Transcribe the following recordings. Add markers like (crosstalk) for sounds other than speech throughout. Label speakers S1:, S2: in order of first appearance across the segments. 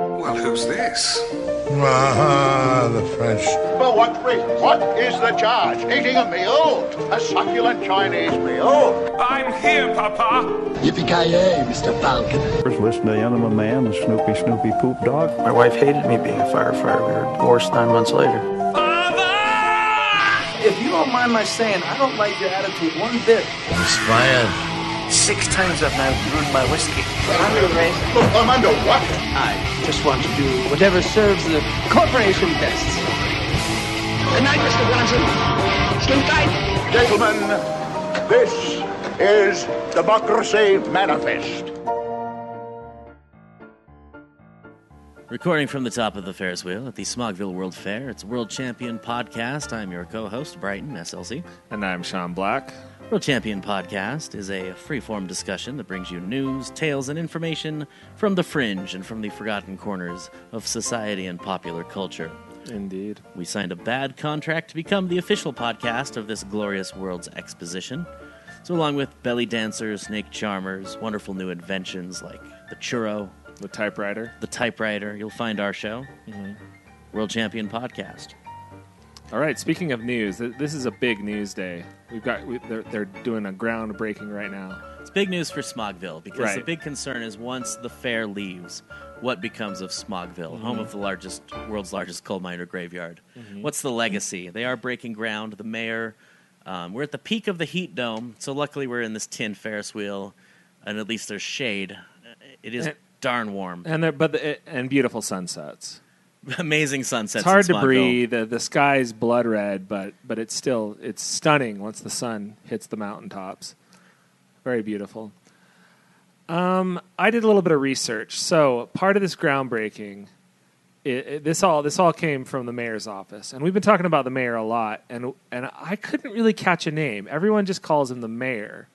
S1: is this?
S2: Ah, the French.
S3: For what reason? What is the charge? Eating a meal? A succulent Chinese meal?
S4: I'm here, Papa.
S5: Yippee-ki-yay, Mr. Falcon.
S6: First, listen to the Enema Man, the Snoopy Snoopy Poop Dog.
S7: My wife hated me being a firefighter. We were divorced nine months later.
S4: Father!
S7: If you don't mind my saying, I don't like your attitude one bit.
S2: Inspired.
S7: Six times I've now ruined my whiskey.
S3: I'm under arrest. I'm under what?
S7: I just want to do whatever serves the corporation best.
S5: Good night, Mr. Bronson. Sleep tight.
S3: Gentlemen, this is Democracy Manifest.
S8: Recording from the top of the Ferris wheel at the Smogville World Fair, it's World Champion Podcast. I'm your co host, Brighton SLC.
S9: And I'm Sean Black.
S8: World Champion Podcast is a free-form discussion that brings you news, tales, and information from the fringe and from the forgotten corners of society and popular culture.
S9: Indeed.
S8: We signed a bad contract to become the official podcast of this glorious world's exposition. So, along with belly dancers, snake charmers, wonderful new inventions like the churro,
S9: The typewriter. Mm-hmm.
S8: the typewriter, you'll find our show, World Champion Podcast.
S9: All right. Speaking of news, th- this is a big news day. We've got we, they're, they're doing a groundbreaking right now.
S8: It's big news for Smogville because the
S9: Right.
S8: big concern is once the fair leaves, what becomes of Smogville, home of the largest, world's largest coal miner graveyard?
S9: Mm-hmm.
S8: What's the legacy? They are breaking ground. The mayor, um, we're at the peak of the heat dome, so luckily we're in this tin Ferris wheel, and at least there's shade. It is
S9: Eh.
S8: darn warm.
S9: And they're, but the, and beautiful sunsets.
S8: Amazing sunsets.
S9: It's
S8: in
S9: hard to
S8: Smogville.
S9: breathe. The, the sky's blood red, but but it's still it's stunning once the sun hits the mountaintops. Very beautiful. Um, I did a little bit of research. So part of this groundbreaking, it, it- this all this all came from the mayor's office, and we've been talking about the mayor a lot, and and I couldn't really catch a name. Everyone just calls him the mayor.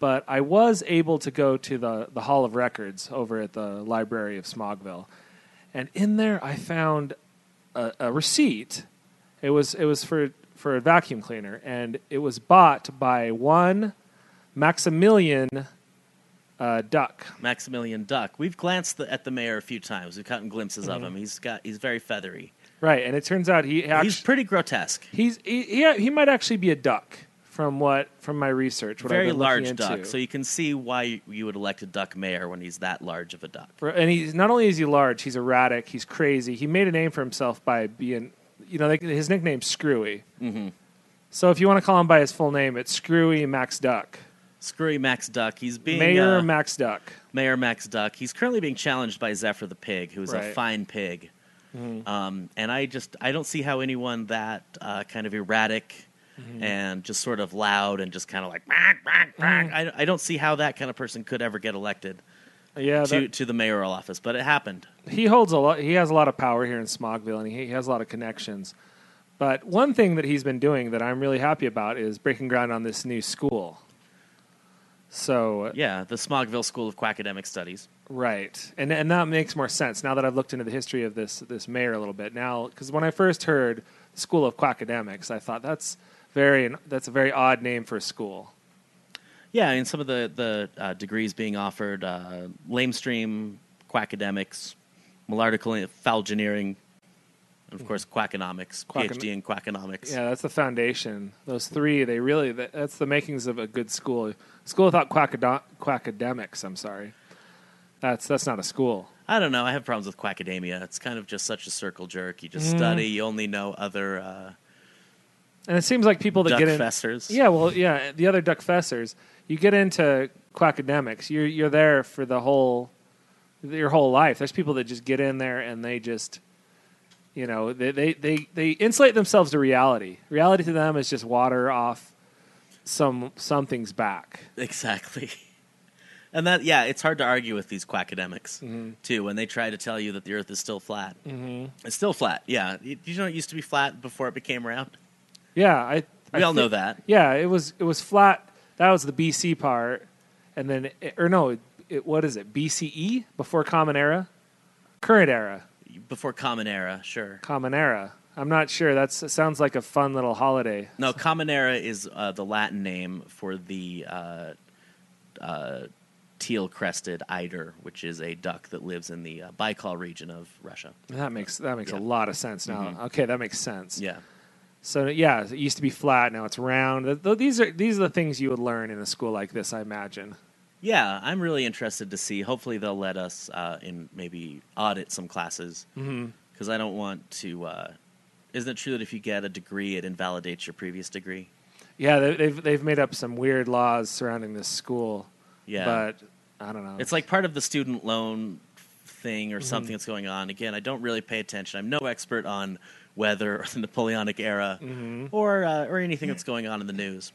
S9: But I was able to go to the, the Hall of Records over at the Library of Smogville. And in there, I found a, a receipt. It was it was for for a vacuum cleaner, and it was bought by one Maximilian uh, Duck.
S8: Maximilian Duck. We've glanced the, at the mayor a few times. We've gotten glimpses of him. He's got. He's very feathery.
S9: Mm-hmm. Right, and it turns out he actually
S8: he's pretty grotesque.
S9: he's he, he, he might actually be a duck from what from my research. What
S8: very
S9: I've been
S8: large
S9: looking
S8: duck.
S9: into.
S8: So you can see why you- you would elect a duck mayor when he's that large of a duck.
S9: For- and he's not only is he large, he's erratic, he's crazy. He made a name for himself by being, you know, like, his nickname's Screwy. Mm-hmm. So if you want to call him by his full name, it's Screwy Max Duck,
S8: Screwy Max Duck. He's being
S9: Mayor
S8: uh,
S9: Max Duck.
S8: Mayor Max Duck. He's currently being challenged by Zephyr the pig, who's a
S9: Right. Mm-hmm.
S8: fine pig. Um, and I just I don't see how anyone that uh, kind of erratic
S9: Mm-hmm.
S8: and just sort of loud and just kind of like "Bark, bark, bark,"
S9: Mm.
S8: I, I don't see how that kind of person could ever get elected
S9: Yeah,
S8: to
S9: that,
S8: to the mayoral office. But it happened.
S9: he holds a lot. He has a lot of power here in Smogville, and he, he has a lot of connections. But one thing that he's been doing that I'm really happy about is breaking ground on this new school. So uh,
S8: Yeah, the Smogville School of Quackademic Studies.
S9: Right, and and that makes more sense now that I've looked into the history of this this mayor a little bit now. Because when I first heard School of Quackademics, I thought that's very that's a very odd name for a school.
S8: Yeah, and some of the the uh, degrees being offered: uh, lamestream, quackademics, malartical falconeering, and of course quackonomics,
S9: Quackono-
S8: PhD in quackonomics.
S9: Yeah, that's the foundation. Those three, they really that- that's the makings of a good school. School without quackado- quackademics. I'm sorry, that's that's not a school.
S8: I don't know. I have problems with quackademia. It's kind of just such a circle jerk. You
S9: Mm.
S8: just study. You only know other uh,
S9: And it seems like people that
S8: duck
S9: get in,
S8: festers.
S9: Yeah, well, yeah. The other duck fessers, you get into quackademics. You're you're there for the whole your whole life. There's people that just get in there and they just, you know, they they they, they insulate themselves to reality. Reality to them is just water off some something's back.
S8: exactly. And that, yeah, it's hard to argue with these quackademics
S9: Mm-hmm.
S8: too when they try to tell you that the Earth is still flat. Mm-hmm. It's still flat. Yeah, you, you know it used to be flat before it became round.
S9: Yeah, I.
S8: We
S9: I
S8: all know
S9: thi-
S8: that.
S9: Yeah, it was it was flat. That was the BC part, and then it, or no, it, it, what is it? BCE before Common Era, current era.
S8: Before Common Era, sure.
S9: Common Era. I'm not sure. That sounds like a fun little holiday.
S8: No, Common Era is uh, the Latin name for the uh, uh, teal crested eider, which is a duck that lives in the uh, Baikal region of Russia.
S9: That makes that makes
S8: Yeah. Mm-hmm.
S9: a lot of sense now. Okay, that makes sense.
S8: Yeah.
S9: So yeah, it used to be flat. Now it's round. Th- th- These are these are the things you would learn in a school like this, I imagine.
S8: Yeah, I'm really interested to see. Hopefully, they'll let us uh, in maybe audit some classes because I don't want to. Uh, isn't it true that if you get a degree, it invalidates your previous degree?
S9: Yeah, they, they've they've made up some weird laws surrounding this school.
S8: Yeah,
S9: but I don't know.
S8: it's like part of the student loan thing
S9: Mm-hmm.
S8: or something that's going on. Again, I don't really pay attention. I'm no expert on weather or the Napoleonic era
S9: Mm-hmm.
S8: or uh, or anything that's going on in the news.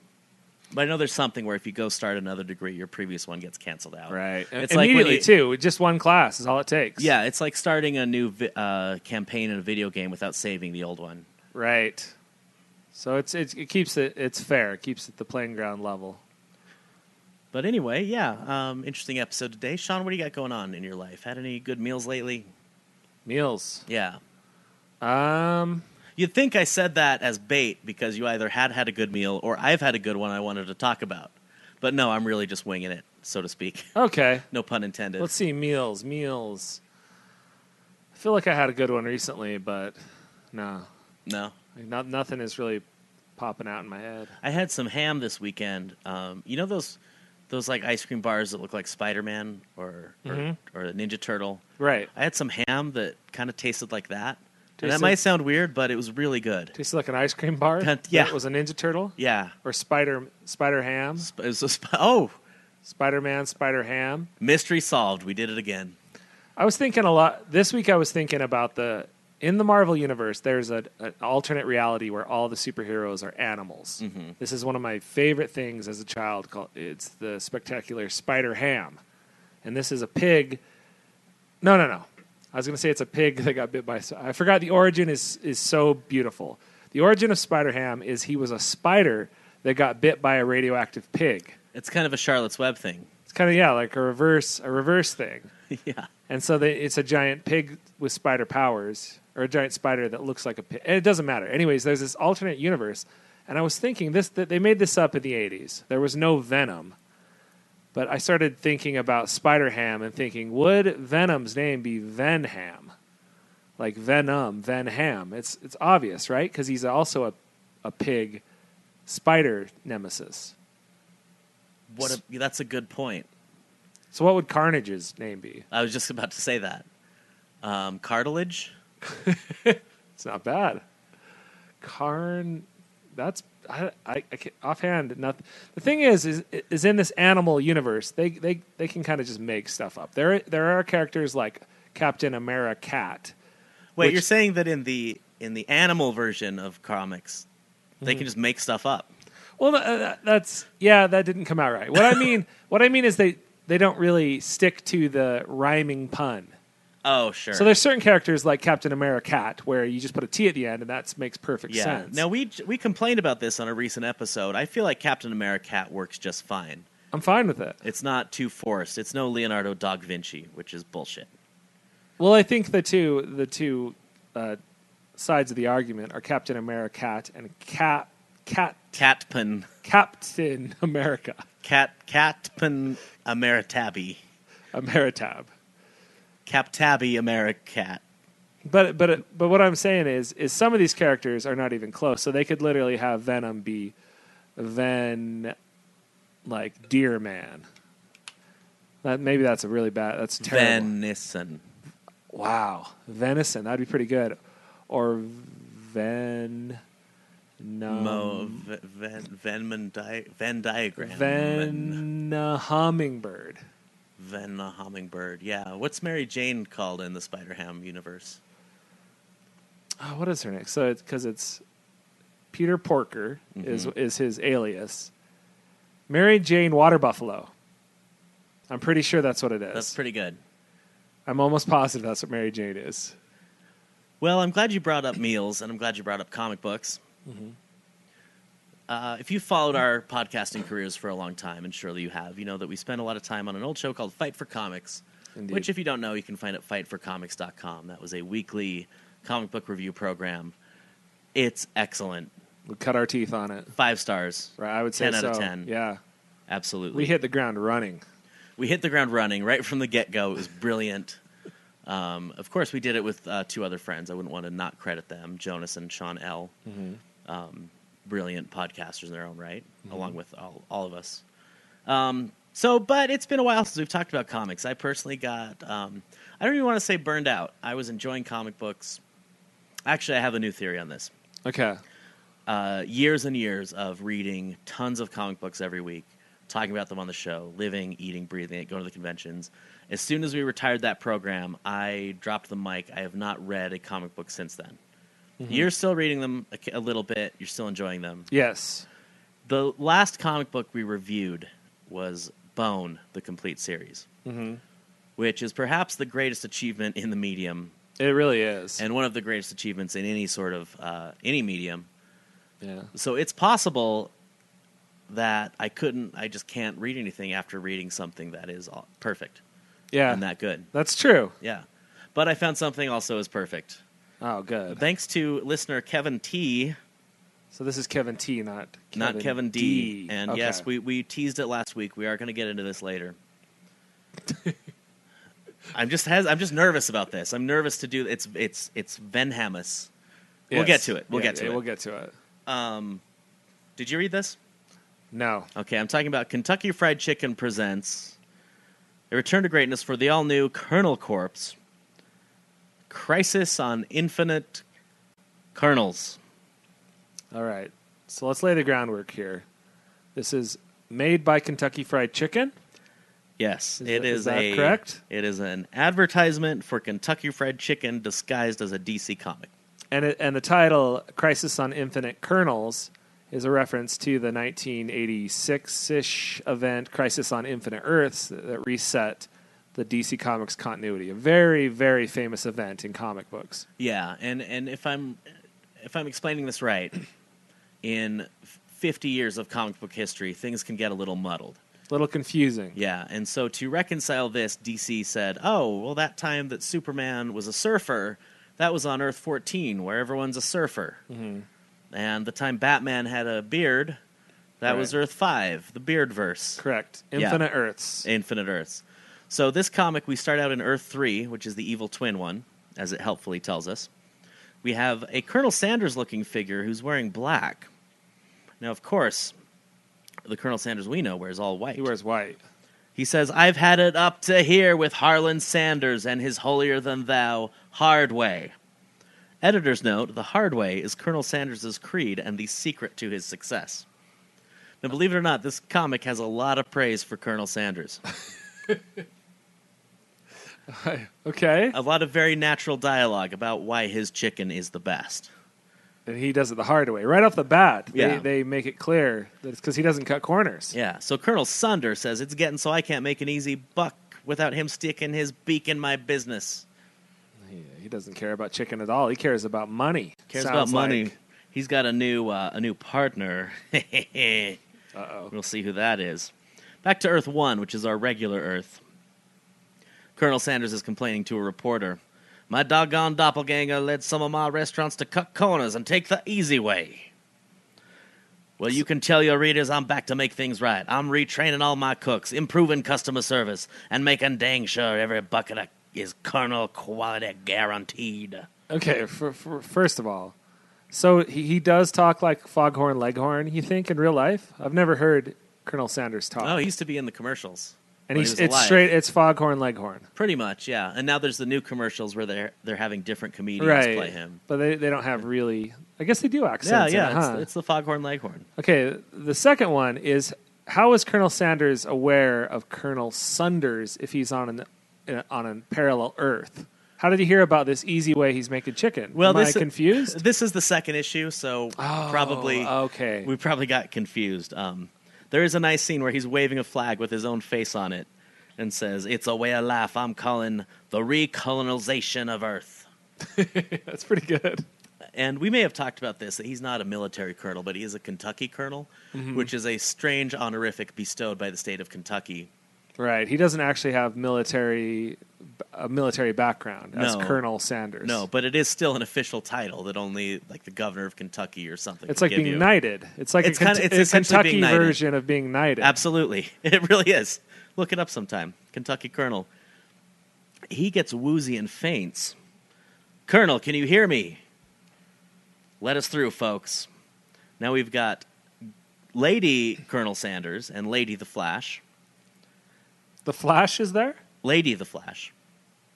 S8: But I know there's something where if you go start another degree, your previous one gets canceled out.
S9: right.
S8: It's like when
S9: Immediately
S8: you-
S9: too. Just one class is all it takes.
S8: Yeah, it's like starting a new vi- uh, campaign in a video game without saving the old one.
S9: Right. So it's, it's it keeps it it's fair. It keeps it the playing ground level.
S8: But anyway, yeah, um, interesting episode today. Sean, what do you got going on in your life? Had any good meals lately?
S9: Meals.
S8: Yeah.
S9: Um.
S8: You'd think I said that as bait because you either had had a good meal or I've had a good one I wanted to talk about. But no, I'm really just winging it, so to speak. (laughs)
S9: Okay.
S8: No pun intended.
S9: Let's see, meals, meals. I feel like I had a good one recently, but no,
S8: no.
S9: Like, not, nothing is really popping out in my head.
S8: I had some ham this weekend. Um, you know those those like ice cream bars that look like Spider-Man or or,
S9: Mm-hmm.
S8: or a Ninja Turtle?
S9: Right,
S8: I had some ham that kind of tasted like that. and that
S9: Tasted-
S8: might sound weird, but it was really good.
S9: tasted like an ice cream bar.
S8: That-
S9: that
S8: yeah.
S9: was a Ninja Turtle
S8: Yeah.
S9: or Spider Spider Ham,
S8: Sp- It was a sp- oh,
S9: Spider Man, Spider Ham.
S8: mystery solved. We did it again.
S9: I was thinking a lot this week. I was thinking about the in the Marvel universe. There's a, an alternate reality where all the superheroes are animals. This is one of my favorite things as a child. Called it's the spectacular Spider Ham, and this is a pig. No, no, no. I was going to say it's a pig that got bit by. I forgot the origin is is so beautiful. The origin of Spider Ham is he was a spider that got bit by a radioactive pig.
S8: It's kind of a Charlotte's Web thing.
S9: It's kind of yeah, like a reverse a reverse thing.
S8: yeah.
S9: And so they, it's a giant pig with spider powers, or a giant spider that looks like a pig. It doesn't matter. Anyways, there's this alternate universe, and I was thinking this that they made this up in the '80s. There was no Venom, but I started thinking about Spider Ham and thinking, would Venom's name be Venham, like Venom, Venham? It's it's obvious, right? Because he's also a a pig spider nemesis.
S8: What a, that's a good point.
S9: So what would Carnage's name be?
S8: I was just (laughs) about to say that. Um, cartilage.
S9: It's not bad. Carn, that's I, I, I can't, offhand. Nothing. The thing is, is is in this animal universe, they they they can kind of just make stuff up. There there are characters like Captain America Cat.
S8: Wait,
S9: Which-
S8: you're saying that in the in the animal version of comics,
S9: Mm-hmm.
S8: they can just make stuff up.
S9: Well, th- uh, that, that's yeah, that didn't come out right. What I
S8: (laughs)
S9: mean, what I mean is they they don't really stick to the rhyming pun.
S8: Oh, sure.
S9: So there's certain characters like Captain America Cat where you just put a T at the end and that makes perfect
S8: yeah.
S9: sense.
S8: Now we we complained about this on a recent episode. I feel like Captain America Cat works just fine.
S9: I'm fine with it.
S8: It's not too forced. It's no Leonardo da Vinci, which is bullshit.
S9: Well, I think the two the two uh, sides of the argument are Captain America Cat and Cap Cat
S8: Catpin,
S9: Captain (laughs) America
S8: cat, catpin Ameritabi,
S9: Ameritab.
S8: Captabi Americat.
S9: But but but what I'm saying is is some of these characters are not even close, so they could literally have Venom be Ven like Deer Man. That, maybe that's a really bad. That's terrible.
S8: Venison.
S9: Wow, venison. That'd be pretty good. Or ven.
S8: Mo,
S9: Um,
S8: v- ven, Venman di- Venn diagram.
S9: Then uh, hummingbird.
S8: Ven the hummingbird. Yeah. What's Mary Jane called in the Spider Ham universe?
S9: Oh, what is her name? So it's because it's Peter Porker is
S8: Mm-hmm.
S9: is his alias. Mary Jane Water Buffalo. I'm pretty sure that's what it is.
S8: That's pretty good.
S9: I'm almost positive that's what Mary Jane is.
S8: Well, I'm glad you brought up meals, and I'm glad you brought up comic books.
S9: Mm-hmm.
S8: Uh, if you followed our podcasting careers for a long time, and surely you have, you know that we spend a lot of time on an old show called Fight for Comics,
S9: Indeed.
S8: which, if you don't know, you can find at fightforcomics.com. That was a weekly comic book review program. It's excellent.
S9: We cut our teeth on it.
S8: Five stars.
S9: Right, I would say
S8: 10 out of
S9: so.
S8: 10.
S9: Yeah,
S8: Absolutely.
S9: we hit the ground running.
S8: we hit the ground running right from the get go. It was brilliant. Um, of course, we did it with uh, two other friends. I wouldn't want to not credit them, Jonas and Sean L. Um, brilliant podcasters in their own right, along with all, all of us. Um, so, but it's been a while since we've talked about comics. I personally got, um, I don't even want to say burned out. I was enjoying comic books. Actually, I have a new theory on this
S9: Okay.
S8: uh, years and years of reading tons of comic books every week, talking about them on the show, living, eating, breathing it, going to the conventions. As soon as we retired that program, I dropped the mic. I have not read a comic book since then. You're still reading them a, ki- a little bit. You're still enjoying them.
S9: Yes.
S8: The last comic book we reviewed was Bone, the complete series, which is perhaps the greatest achievement in the medium
S9: It really is.
S8: and one of the greatest achievements in any sort of uh, any medium.
S9: yeah.
S8: So it's possible that I couldn't, I just can't read anything after reading something that is all, perfect
S9: Yeah.
S8: and that good.
S9: That's true.
S8: Yeah. But I found something also is perfect.
S9: Oh, good.
S8: Thanks to listener Kevin T,
S9: So this is Kevin T, not Kevin
S8: not Kevin D.
S9: D.
S8: And
S9: Okay.
S8: yes, we, we teased it last week. We are going to get into this
S9: (laughs)
S8: later. I'm just hes- I'm just nervous about this. I'm nervous to do it's it's it's Van Hamus. We'll
S9: Yes.
S8: get to it. We'll
S9: Yeah,
S8: get to
S9: yeah,
S8: it.
S9: We'll get to it.
S8: Did you read this?
S9: No.
S8: Okay, I'm talking about Kentucky Fried Chicken presents a return to greatness for the all new Colonel Corpse Crisis on Infinite Kernels.
S9: All right. So let's lay the groundwork here. This is made by Kentucky Fried Chicken.
S8: Yes,
S9: Is
S8: it
S9: that-
S8: is,
S9: is that
S8: a
S9: correct?
S8: It is an advertisement for Kentucky Fried Chicken disguised as a DC comic.
S9: And it, and the title "Crisis on Infinite Kernels" is a reference to the 1986-ish event "Crisis on Infinite Earths" that, that reset the DC Comics continuity. A very very famous event in comic books.
S8: Yeah, and and if I'm if I'm explaining this right, in 50 years of comic book history, things can get a little muddled.
S9: A little confusing.
S8: Yeah, and so to reconcile this, DC said, "Oh, well, that time that Superman was a surfer, that was on Earth 14, where everyone's a surfer,
S9: Mm-hmm.
S8: and the time Batman had a beard, that was
S9: Right.
S8: Earth 5, the Beard Verse,
S9: Correct.
S8: Yeah.
S9: Infinite Earths.
S8: Infinite Earths." So this comic, we start out in Earth 3, which is the evil twin one, as it helpfully tells us. We have a Colonel Sanders-looking figure who's wearing black. Now, of course, the Colonel Sanders we know wears all white.
S9: He wears white.
S8: He says, I've had it up to here with Harlan Sanders and his holier than thou Hardway. Editor's note the Hardway is Colonel Sanders' creed and the secret to his success. Now, believe it or not, this comic has a lot of praise for Colonel Sanders.
S9: Okay.
S8: A lot of very natural dialogue about why his chicken is the best.
S9: And he does it the hard way, right off the bat. They,
S8: Yeah.
S9: they make it clear that it's because he doesn't cut corners.
S8: Yeah, so Colonel Sunder says, It's getting so I can't make an easy buck without him sticking his beak in my business.
S9: He doesn't care about chicken at all. He cares about money.
S8: cares
S9: Sounds
S8: about money.
S9: like.
S8: He's got a new uh, a new partner. (laughs)
S9: Uh-oh.
S8: We'll see who that is. Back to Earth One, which is our regular Earth. Colonel Sanders is complaining to a reporter. My doggone doppelganger led some of my restaurants to cut corners and take the easy way. Well, you can tell your readers I'm back to make things right. I'm retraining all my cooks, improving customer service, and making dang sure every bucket of- is Colonel quality guaranteed.
S9: Okay, for, for, first of all, so he, he does talk like Foghorn Leghorn, you think, in real life? I've never heard Colonel Sanders talk.
S8: Oh, he used to be in the commercials.
S9: and
S8: when
S9: he's,
S8: he was
S9: it's
S8: alive.
S9: straight, it's Foghorn Leghorn.
S8: Pretty much, yeah. And now there's the new commercials where they're they're having different comedians
S9: Right.
S8: play him.
S9: But they, they don't have really, I guess they do
S8: Yeah,
S9: accents. in
S8: yeah.
S9: it, huh?
S8: It's, it's the Foghorn Leghorn.
S9: Okay, the second one is how is Colonel Sanders aware of Colonel Sunders if he's on an uh, on a parallel Earth? How did he hear about this easy way he's making chicken? Am I
S8: (laughs)
S9: confused? Oh,
S8: This is the second issue, so probably
S9: okay.
S8: we probably got confused. Um, there is a nice scene where he's waving a flag with his own face on it and says, "It's a way of life. I'm calling the recolonization of Earth."
S9: (laughs) That's pretty good.
S8: and we may have talked about this that he's not a military colonel, but he
S9: Mm-hmm.
S8: is a Kentucky colonel, which is a strange honorific bestowed by the state of Kentucky
S9: Right. He doesn't actually have military a military background as
S8: No.
S9: Colonel Sanders.
S8: No, but it is still an official title that only like the governor of Kentucky or something.
S9: It's
S8: can
S9: like
S8: give
S9: being
S8: you.
S9: knighted. It's like
S8: It's
S9: a, Kent-
S8: kinda- it's
S9: a
S8: essentially
S9: Kentucky
S8: being knighted.
S9: version of being knighted.
S8: Absolutely. (laughs) It really is. Look it up sometime. Kentucky Colonel. He gets woozy and faints. Colonel, can you hear me? Let us through, folks. Now we've got Lady Colonel Sanders and Lady the Flash.
S9: the Flash is there,
S8: Lady the Flash.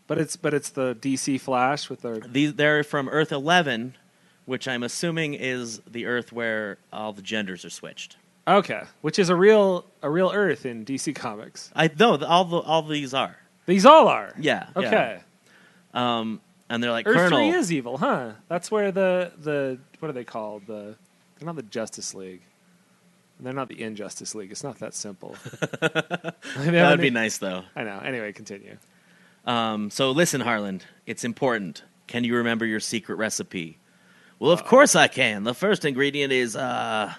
S9: but it's but it's the DC Flash with their
S8: These they're from Earth 11, which I'm assuming is the Earth where all the genders are switched.
S9: okay, which is a real a real Earth in DC Comics.
S8: I know all the, all these are.
S9: These all are.
S8: Yeah, yeah.
S9: Okay.
S8: And they're like
S9: Earth
S8: Colonel.
S9: three is evil, huh? That's where the the what are they called? The they're not the Justice League. They're not the Injustice League. It's not
S8: (laughs)
S9: that simple.
S8: that would be nice though.
S9: I know. Anyway, continue.
S8: Um, so listen, Harland, it's important. Can you remember your secret recipe? Well, of course I can. The first ingredient is, uh,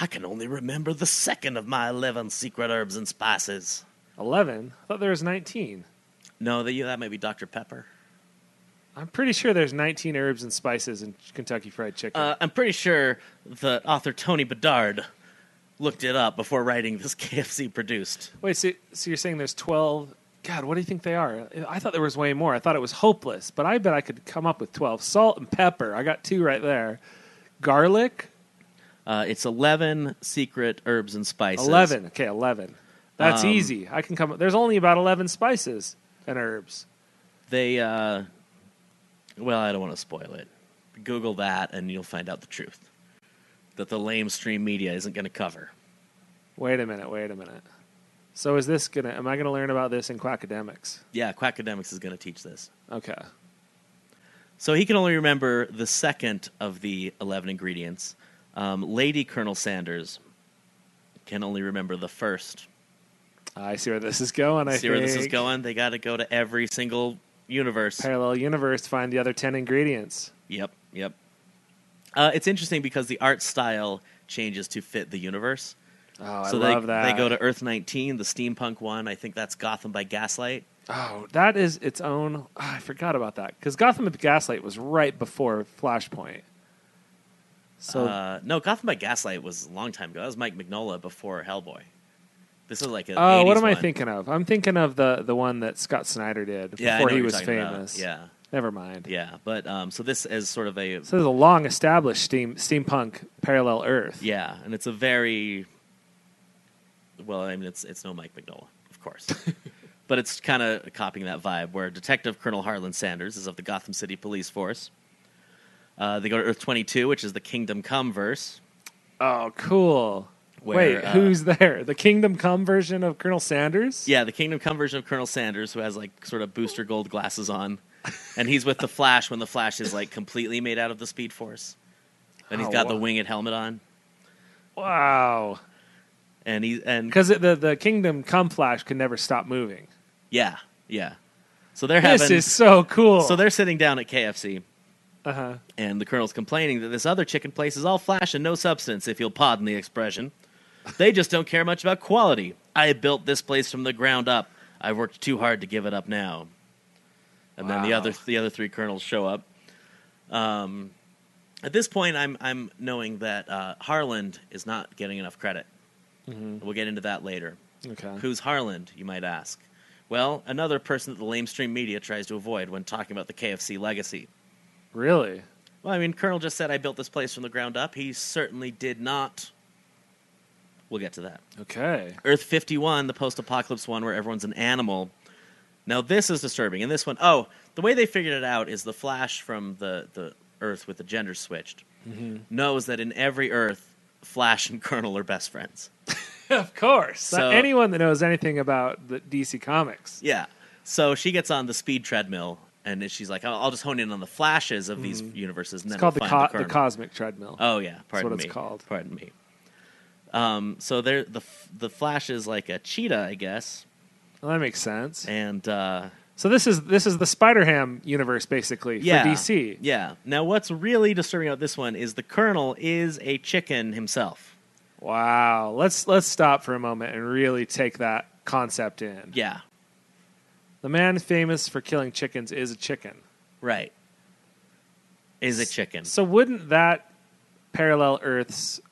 S8: I can only remember the second of my 11 secret herbs and spices.
S9: Eleven. I thought there was nineteen.
S8: No, that, that might be Dr. Pepper.
S9: I'm pretty sure there's 19 herbs and spices in Kentucky Fried Chicken.
S8: Uh, I'm pretty sure the author Tony Bedard looked it up before writing this (laughs) KFC produced.
S9: Wait, so, so you're saying there's 12? God, what do you think they are? I thought there was way more. I thought it was hopeless, but I bet I could come up with 12. Salt and pepper. I got two right there. Garlic,
S8: Uh, it's 11 secret herbs and spices.
S9: 11. Okay, 11. That's
S8: Um,
S9: easy. I can come up. There's only about 11 spices and herbs.
S8: They, uh, well, I don't want to spoil it. Google that and you'll find out the truth that the lame stream media isn't going to cover.
S9: Wait a minute, wait a minute. So is this going to, am I going to learn about this in Quackademics?
S8: Yeah, Quackademics is going to teach this.
S9: Okay.
S8: So he can only remember the second of the 11 ingredients. Um, Lady Colonel Sanders can only remember the first.
S9: I see where this is going. I
S8: See where this is
S9: think.
S8: going? They got to go to every single universe.
S9: Parallel universe, find the other 10 ingredients.
S8: Yep, yep. Uh, it's interesting because the art style changes to fit the universe.
S9: Oh,
S8: so
S9: I
S8: they,
S9: love that.
S8: they go to Earth 19, the steampunk one. I think that's Gotham by Gaslight.
S9: oh, that is its own. ah, I forgot about that because Gotham of Gaslight was right before Flashpoint. So
S8: Uh, no, Gotham by Gaslight was a long time ago. That was Mike Mignola before Hellboy. This is like a.
S9: oh, what
S8: 80s
S9: am I
S8: one.
S9: thinking of? I'm thinking of the the one that Scott Snyder did
S8: Yeah, I know
S9: before
S8: what
S9: he
S8: you're
S9: was
S8: talking about.
S9: famous.
S8: Yeah,
S9: never mind.
S8: yeah. But um, so this is sort of a
S9: So there's a long established steam steampunk parallel Earth.
S8: Yeah, and it's a very well. I mean, it's it's no Mike Mignola, of course,
S9: (laughs)
S8: but it's kind of copying that vibe. Where Detective Colonel Harlan Sanders is of the Gotham City Police Force. Uh, they go to Earth twenty two, which is the Kingdom Come verse.
S9: Oh, cool.
S8: Where,
S9: Wait,
S8: uh,
S9: who's there? The Kingdom Come version of Colonel Sanders?
S8: Yeah, the Kingdom Come version of Colonel Sanders, who has like sort of
S9: Oh.
S8: booster gold glasses
S9: (laughs)
S8: on, and he's with the Flash when the Flash is like completely made out of the Speed Force, and he's
S9: Oh,
S8: got the
S9: wow.
S8: winged helmet on,
S9: Wow.
S8: and he and
S9: Because the the Kingdom Come Flash could never stop moving.
S8: yeah, yeah. So they're
S9: This
S8: having
S9: is so cool.
S8: so they're sitting down at KFC.
S9: uh huh.
S8: and the colonel's complaining that this other chicken place is all flash and no substance, if you'll pardon the expression. They just don't care much about quality. I built this place from the ground up. I worked too hard to give it up now. And then the
S9: Wow.
S8: other the other three colonels show up. Um, at this point, I'm I'm knowing that uh, Harland is not getting enough credit.
S9: Mm-hmm.
S8: We'll get into that later.
S9: Okay.
S8: Who's Harland, you might ask? Well, another person that the lamestream media tries to avoid when talking about the KFC legacy.
S9: Really?
S8: Well, I mean, Colonel just said I built this place from the ground up. He certainly did not. We'll get to that.
S9: Okay.
S8: Earth 51, the post apocalypse one where everyone's an animal. Now, this is disturbing. And this one, oh, the way they figured it out is the Flash from the, the Earth with the gender switched knows that in every Earth, Flash and Colonel are best friends.
S9: (laughs) of course.
S8: So-
S9: Anyone that knows anything about the DC Comics.
S8: Yeah. So she gets on the speed treadmill and she's like, I'll, I'll just hone in on the flashes of these universes. And
S9: Mm. It's
S8: then
S9: called the,
S8: we'll
S9: co-
S8: find
S9: the,
S8: Colonel."
S9: Cosmic Treadmill.
S8: Oh yeah, pardon
S9: what
S8: me.
S9: it's called.
S8: Pardon me. Um, so there, the f- the Flash is like a cheetah, I guess,
S9: Well, that makes sense.
S8: and uh,
S9: So this is this is the Spider Ham universe basically
S8: yeah,
S9: for DC.
S8: Yeah. Now, what's really disturbing about this one is the Colonel is a chicken himself.
S9: Wow. Let's let's stop for a moment and really take that concept in.
S8: Yeah,
S9: The man famous for killing chickens is a chicken.
S8: right. Is a chicken.
S9: So wouldn't that parallel Earths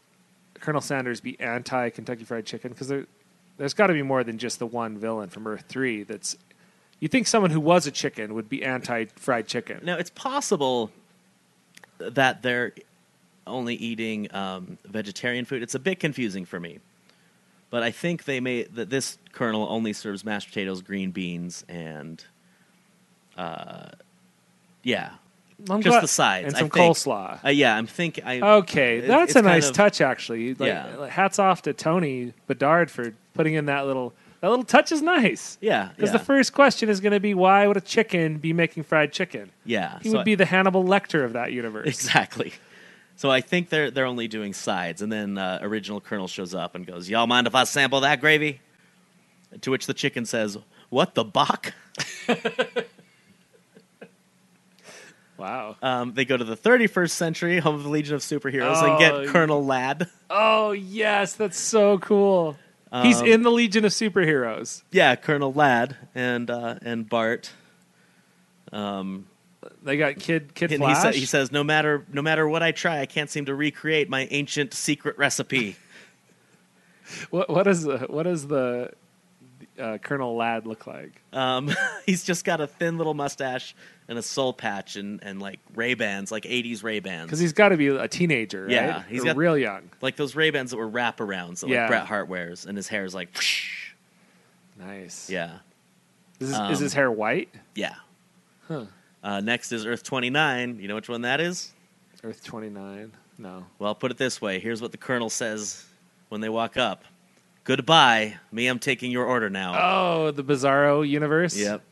S9: Colonel Sanders be anti Kentucky Fried Chicken? Because there, there's got to be more than just the one villain from Earth Three. That's you think someone who was a chicken would be anti fried chicken?
S8: Now it's possible that they're only eating um, vegetarian food. It's a bit confusing for me, but I think they may that this colonel only serves mashed potatoes, green beans, and uh, yeah,
S9: I'm
S8: just
S9: glad-
S8: the sides
S9: and
S8: I
S9: some
S8: think.
S9: coleslaw. Oh,
S8: Uh, yeah, I'm think I
S9: Okay,
S8: it- it's
S9: that's a
S8: kind
S9: nice
S8: of-
S9: touch, actually. Like,
S8: Yeah.
S9: like, hats off to Tony Bedard for putting in that little that little touch is nice.
S8: Yeah,
S9: Because
S8: yeah.
S9: the first question is going to be why would a chicken be making fried chicken?
S8: yeah,
S9: He
S8: so
S9: would
S8: I-
S9: be the Hannibal Lecter of
S8: (laughs)
S9: that universe.
S8: exactly. So I think they're they're only doing sides, and then uh, original colonel shows up and goes, "Y'all mind if I sample that gravy?" To which the chicken says, "What the buck?"
S9: Wow.
S8: Um, they go to the 31st century, home of the Legion of Superheroes, and
S9: Oh.
S8: get Colonel Ladd.
S9: Oh yes, that's so cool. He's
S8: Um,
S9: in the Legion of Superheroes.
S8: Yeah, Colonel Ladd and uh, and Bart.
S9: They got Kid Kid
S8: And he,
S9: Flash.
S8: sa- he says, "No matter no matter what I try, I can't seem to recreate my ancient secret recipe." (laughs)
S9: what, what is the, what does the uh, Colonel Ladd look like?
S8: Um, he's just got a thin little mustache and a soul patch and, and like Ray Bans, like 80s Ray
S9: Because
S8: Bans,
S9: he's got to be a teenager, right?
S8: Yeah, he's
S9: Or
S8: got-
S9: real young.
S8: like those Ray Bans that were wraparounds that
S9: Yeah.
S8: like Bret Hart wears, and his hair is like, whoosh.
S9: Nice.
S8: yeah,
S9: Is, his-
S8: Um,
S9: is his hair white?
S8: yeah. Uh, next is Earth 29. You know which one that is?
S9: Earth twenty nine. No.
S8: Well, put it this way. Here's what the colonel says when they walk up. Goodbye. Me, I'm taking your order now.
S9: Oh, the Bizarro universe.
S8: yep.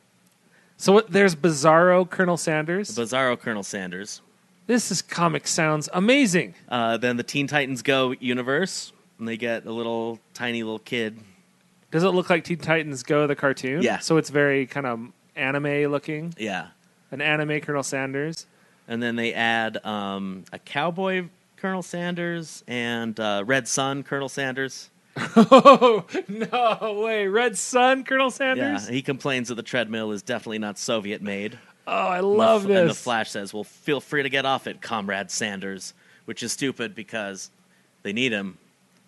S9: So what, there's Bizarro Colonel Sanders.
S8: Bizarro Colonel Sanders.
S9: this is comic sounds amazing.
S8: Uh, then the Teen Titans Go universe, and they get a little tiny little kid.
S9: Does it look like Teen Titans Go the cartoon?
S8: Yeah.
S9: So it's very kind of anime looking.
S8: Yeah.
S9: an anime Colonel Sanders.
S8: And then they add um, a cowboy Colonel Sanders and uh, Red Sun Colonel Sanders.
S9: Oh (laughs) no way! Red Sun Colonel
S8: Yeah,
S9: Sanders.
S8: he complains that the treadmill is definitely not Soviet made.
S9: Oh, I love
S8: the, f-
S9: this.
S8: And the Flash says, "Well, feel free to get off it, Comrade Sanders," which is stupid because they need him.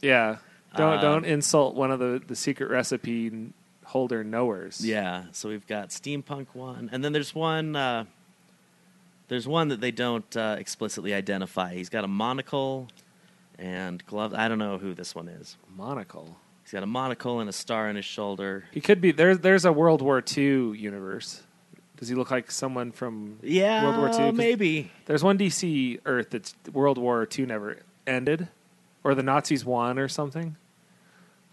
S9: Yeah, don't
S8: Uh,
S9: don't insult one of the the secret recipe n- holder knowers.
S8: Yeah. So we've got steampunk one, and then there's one. Uh, there's one that they don't uh, explicitly identify. He's got a monocle and gloves. I don't know who this one is.
S9: monocle.
S8: He's got a monocle and a star on his shoulder.
S9: He could be there. There's a World War II universe. Does he look like someone from
S8: Yeah,
S9: World War II? 'Cause (laughs)
S8: maybe.
S9: There's one DC Earth that's World War II never ended, or the Nazis won, or something.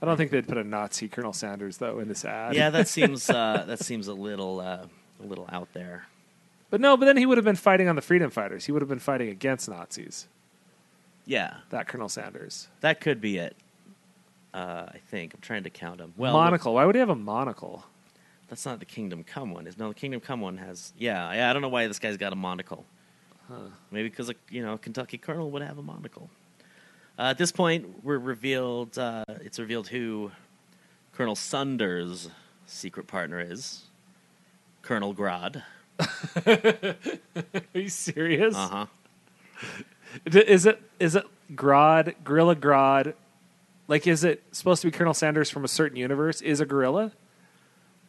S9: I don't think they'd put a Nazi Colonel Sanders though in this ad.
S8: Yeah, that seems uh, that seems a little uh, a little out there.
S9: But no, but then he would have been fighting on the Freedom Fighters. He would have been fighting against Nazis.
S8: Yeah,
S9: That Colonel Sanders.
S8: that could be it. Uh, I think I'm trying to count them. Well,
S9: monocle. Why would he have a monocle?
S8: That's not the Kingdom Come one. Is no, the Kingdom Come one has. Yeah, yeah. I don't know why this guy's got a monocle. Maybe because you know a Kentucky Colonel would have a monocle. Uh, at this point, we're revealed. Uh, it's revealed who Colonel Sunders' secret partner is. Colonel Grodd.
S9: Are you serious?
S8: Uh huh.
S9: D- Is it is it Grodd, Gorilla Grodd? Like, is it supposed to be Colonel Sanders from a certain universe? Is a gorilla,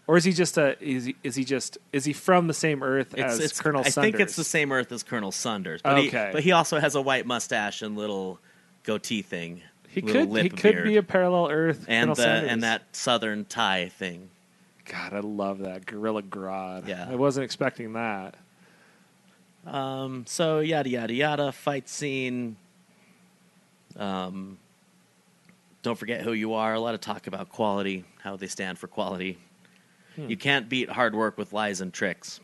S9: or is he just a is he, is he just is he from the same Earth as Colonel
S8: I
S9: Sanders?
S8: think it's the same Earth as Colonel Sunders. But
S9: Okay.
S8: He, but he also has a white mustache and little goatee thing.
S9: He
S8: little
S9: could he
S8: lip
S9: could
S8: beard.
S9: be a parallel Earth
S8: and
S9: Colonel
S8: the,
S9: Sanders.
S8: and that southern tie thing.
S9: God, I love that Gorilla Grodd.
S8: Yeah.
S9: I wasn't expecting that.
S8: Um, so yada yada yada fight scene. Um, don't forget who you are. A lot of talk about quality, how they stand for quality.
S9: Hmm.
S8: You can't beat hard work with lies and tricks.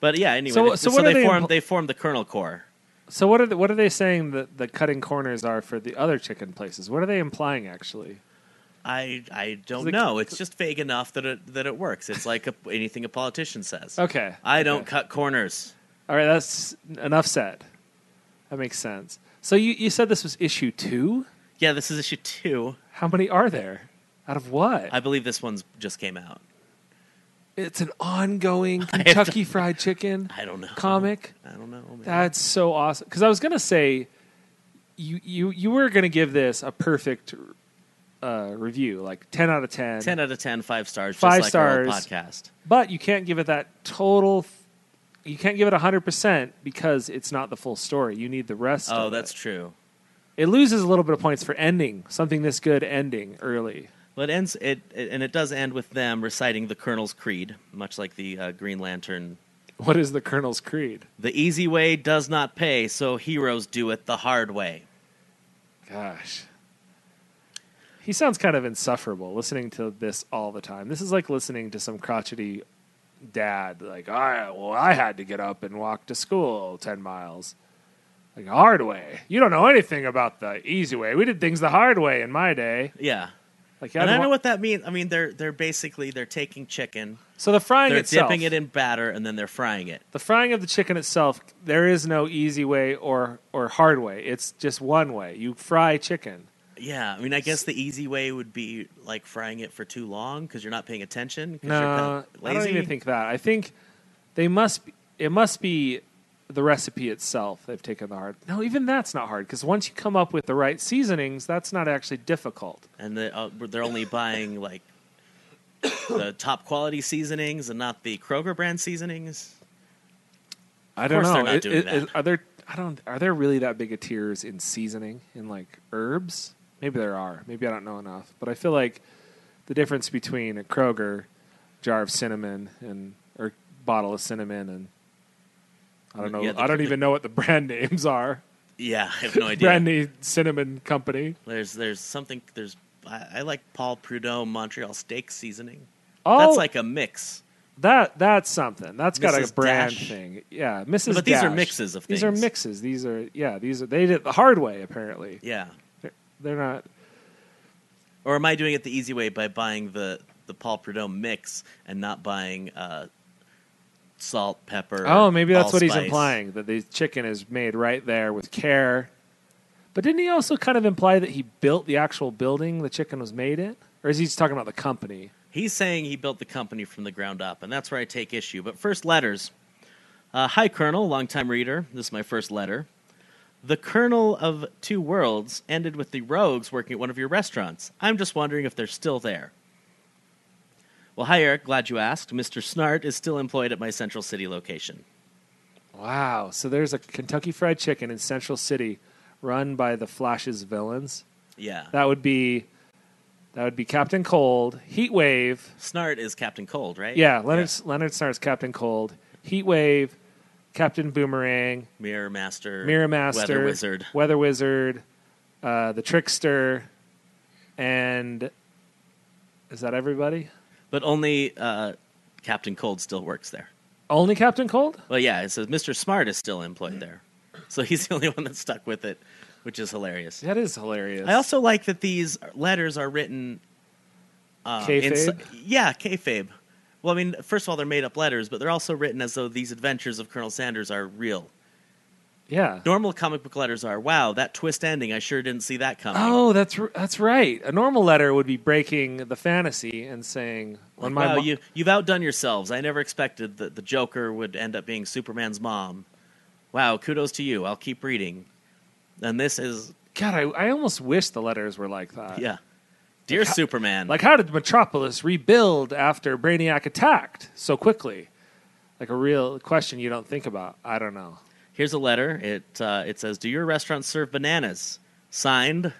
S8: But yeah, anyway, they,
S9: So-
S8: so,
S9: so what are
S8: they,
S9: they
S8: formed
S9: impl-
S8: they formed the Colonel Corps.
S9: So what are the, what are they saying that the cutting corners are for the other chicken places? What are they implying actually?
S8: I I don't
S9: Like-
S8: know. It's just vague enough that it that it works. It's like a, anything a politician says.
S9: Oh, Okay,
S8: I don't
S9: okay.
S8: cut corners.
S9: All right, that's enough said. That makes sense. So you you said this was issue two?
S8: Yeah, this is issue two.
S9: How many are there? Out of what?
S8: I believe this one's just came out.
S9: it's an
S8: (laughs)
S9: ongoing
S8: have
S9: Kentucky Fried Chicken
S8: I don't know.
S9: comic.
S8: I don't know. man.
S9: That's so awesome. Because I was gonna say, you you you were gonna give this a perfect uh, review, like ten out of ten.
S8: ten out of ten, five stars. Just
S9: Five
S8: like our old
S9: stars.
S8: podcast.
S9: But you can't give it that total. f- You can't give it hundred percent because it's not the full story. You need the rest.
S8: Oh,
S9: of
S8: that's
S9: it.
S8: true.
S9: it loses a little bit of points for ending something this good ending early.
S8: Well, it ends it, it- and it does end with them reciting the Colonel's Creed, much like the uh, Green Lantern.
S9: What is the Colonel's creed?
S8: The easy way does not pay, so heroes do it the hard way.
S9: Gosh. He sounds kind of insufferable listening to this all the time. This is like listening to some crotchety dad, like, I well, I had to get up and walk to school ten miles. Like hard way. You don't know anything about the easy way. We did things the hard way in my day.
S8: Yeah,
S9: Like
S8: and I
S9: I'd
S8: don't know
S9: wa-
S8: what that means. I mean, they're they're basically they're taking chicken,
S9: So the frying
S8: they're
S9: itself,
S8: dipping it in batter, and then they're frying it.
S9: the frying of the chicken itself, there is no easy way or or hard way. It's just one way. You fry chicken.
S8: Yeah, I mean, I guess the easy way would be like frying it for too long because you're not paying attention. 'cause you're
S9: No,
S8: kinda
S9: I don't even think that. I think they must. Be, it must be the recipe itself. They've taken the hard. No, even that's not hard because once you come up with the right seasonings, that's not actually difficult.
S8: and they, uh, they're only buying like the top quality seasonings and not the Kroger brand seasonings.
S9: I
S8: course they're not doing that.
S9: are there? I don't. Are there really that big of tiers in seasoning in like herbs? Maybe there are. Maybe I don't know enough. But I feel like the difference between a Kroger jar of cinnamon and or bottle of cinnamon and I don't know.
S8: Yeah, the-
S9: I don't
S8: the-
S9: even know what the (laughs) brand names are.
S8: Yeah, I have (laughs) no idea.
S9: Brandy Cinnamon Company.
S8: There's there's something there's I, I like Paul Prudhomme Montreal steak seasoning.
S9: Oh,
S8: That's like a mix.
S9: that. That's something. That's got a
S8: Mrs.
S9: brand
S8: Dash.
S9: thing. Yeah, Mrs.
S8: But these are
S9: Dash.
S8: mixes of
S9: These are
S8: things.
S9: mixes. These are yeah. These are they did it the hard way apparently.
S8: Yeah.
S9: They're not.
S8: Or am I doing it the easy way by buying the the Paul Prudhomme mix and not buying uh, salt, pepper?
S9: Oh, maybe that's what he's
S8: allspice?
S9: implying that the chicken is made right there with care. But didn't he also kind of imply that he built the actual building the chicken was made in, or is he just talking about the company?
S8: He's saying he built the company from the ground up, and that's where I take issue. But first, letters. Uh, Hi, Colonel, longtime reader. This is my first letter. The Colonel of Two Worlds ended with the rogues working at one of your restaurants. I'm just wondering if they're still there. Well, hi, Eric. Glad you asked. Mr. Snart is still employed at my Central City location.
S9: Wow. So there's a Kentucky Fried Chicken in Central City, run by the Flash's villains.
S8: Yeah.
S9: That would be that would be Captain Cold, Heat Wave.
S8: Snart is Captain Cold, right?
S9: Yeah, Leonard Leonard Snar's Captain Cold, Heat Wave, Captain Boomerang,
S8: Mirror Master.
S9: Mirror Master,
S8: Weather Wizard.
S9: Weather Wizard, uh, the Trickster, and is that everybody?
S8: But only uh, Captain Cold still works there.
S9: Only Captain Cold?
S8: Well, yeah, it says Mr. Smart is still employed there. So he's the only one that stuck with it, which is hilarious.
S9: That is hilarious.
S8: I also like that these letters are written. Uh,
S9: Kayfabe?
S8: yeah, kayfabe. Well, I mean, first of all, they're made up letters, but they're also written as though these adventures of Colonel Sanders are real.
S9: yeah.
S8: Normal comic book letters are, wow, that twist ending, I sure didn't see that coming.
S9: Oh, that's r- that's right. A normal letter would be breaking the fantasy and saying, "When my
S8: wow,
S9: mo-
S8: you, you've outdone yourselves. I never expected that the Joker would end up being Superman's mom. Wow, kudos to you. I'll keep reading. And this is,
S9: God, I, I almost wish the letters were like that."
S8: yeah. Dear Superman.
S9: Like, how did Metropolis rebuild after Brainiac attacked so quickly? Like a real question you don't think about. I don't know.
S8: Here's a letter. It uh, it says, "Do your restaurants serve bananas?" Signed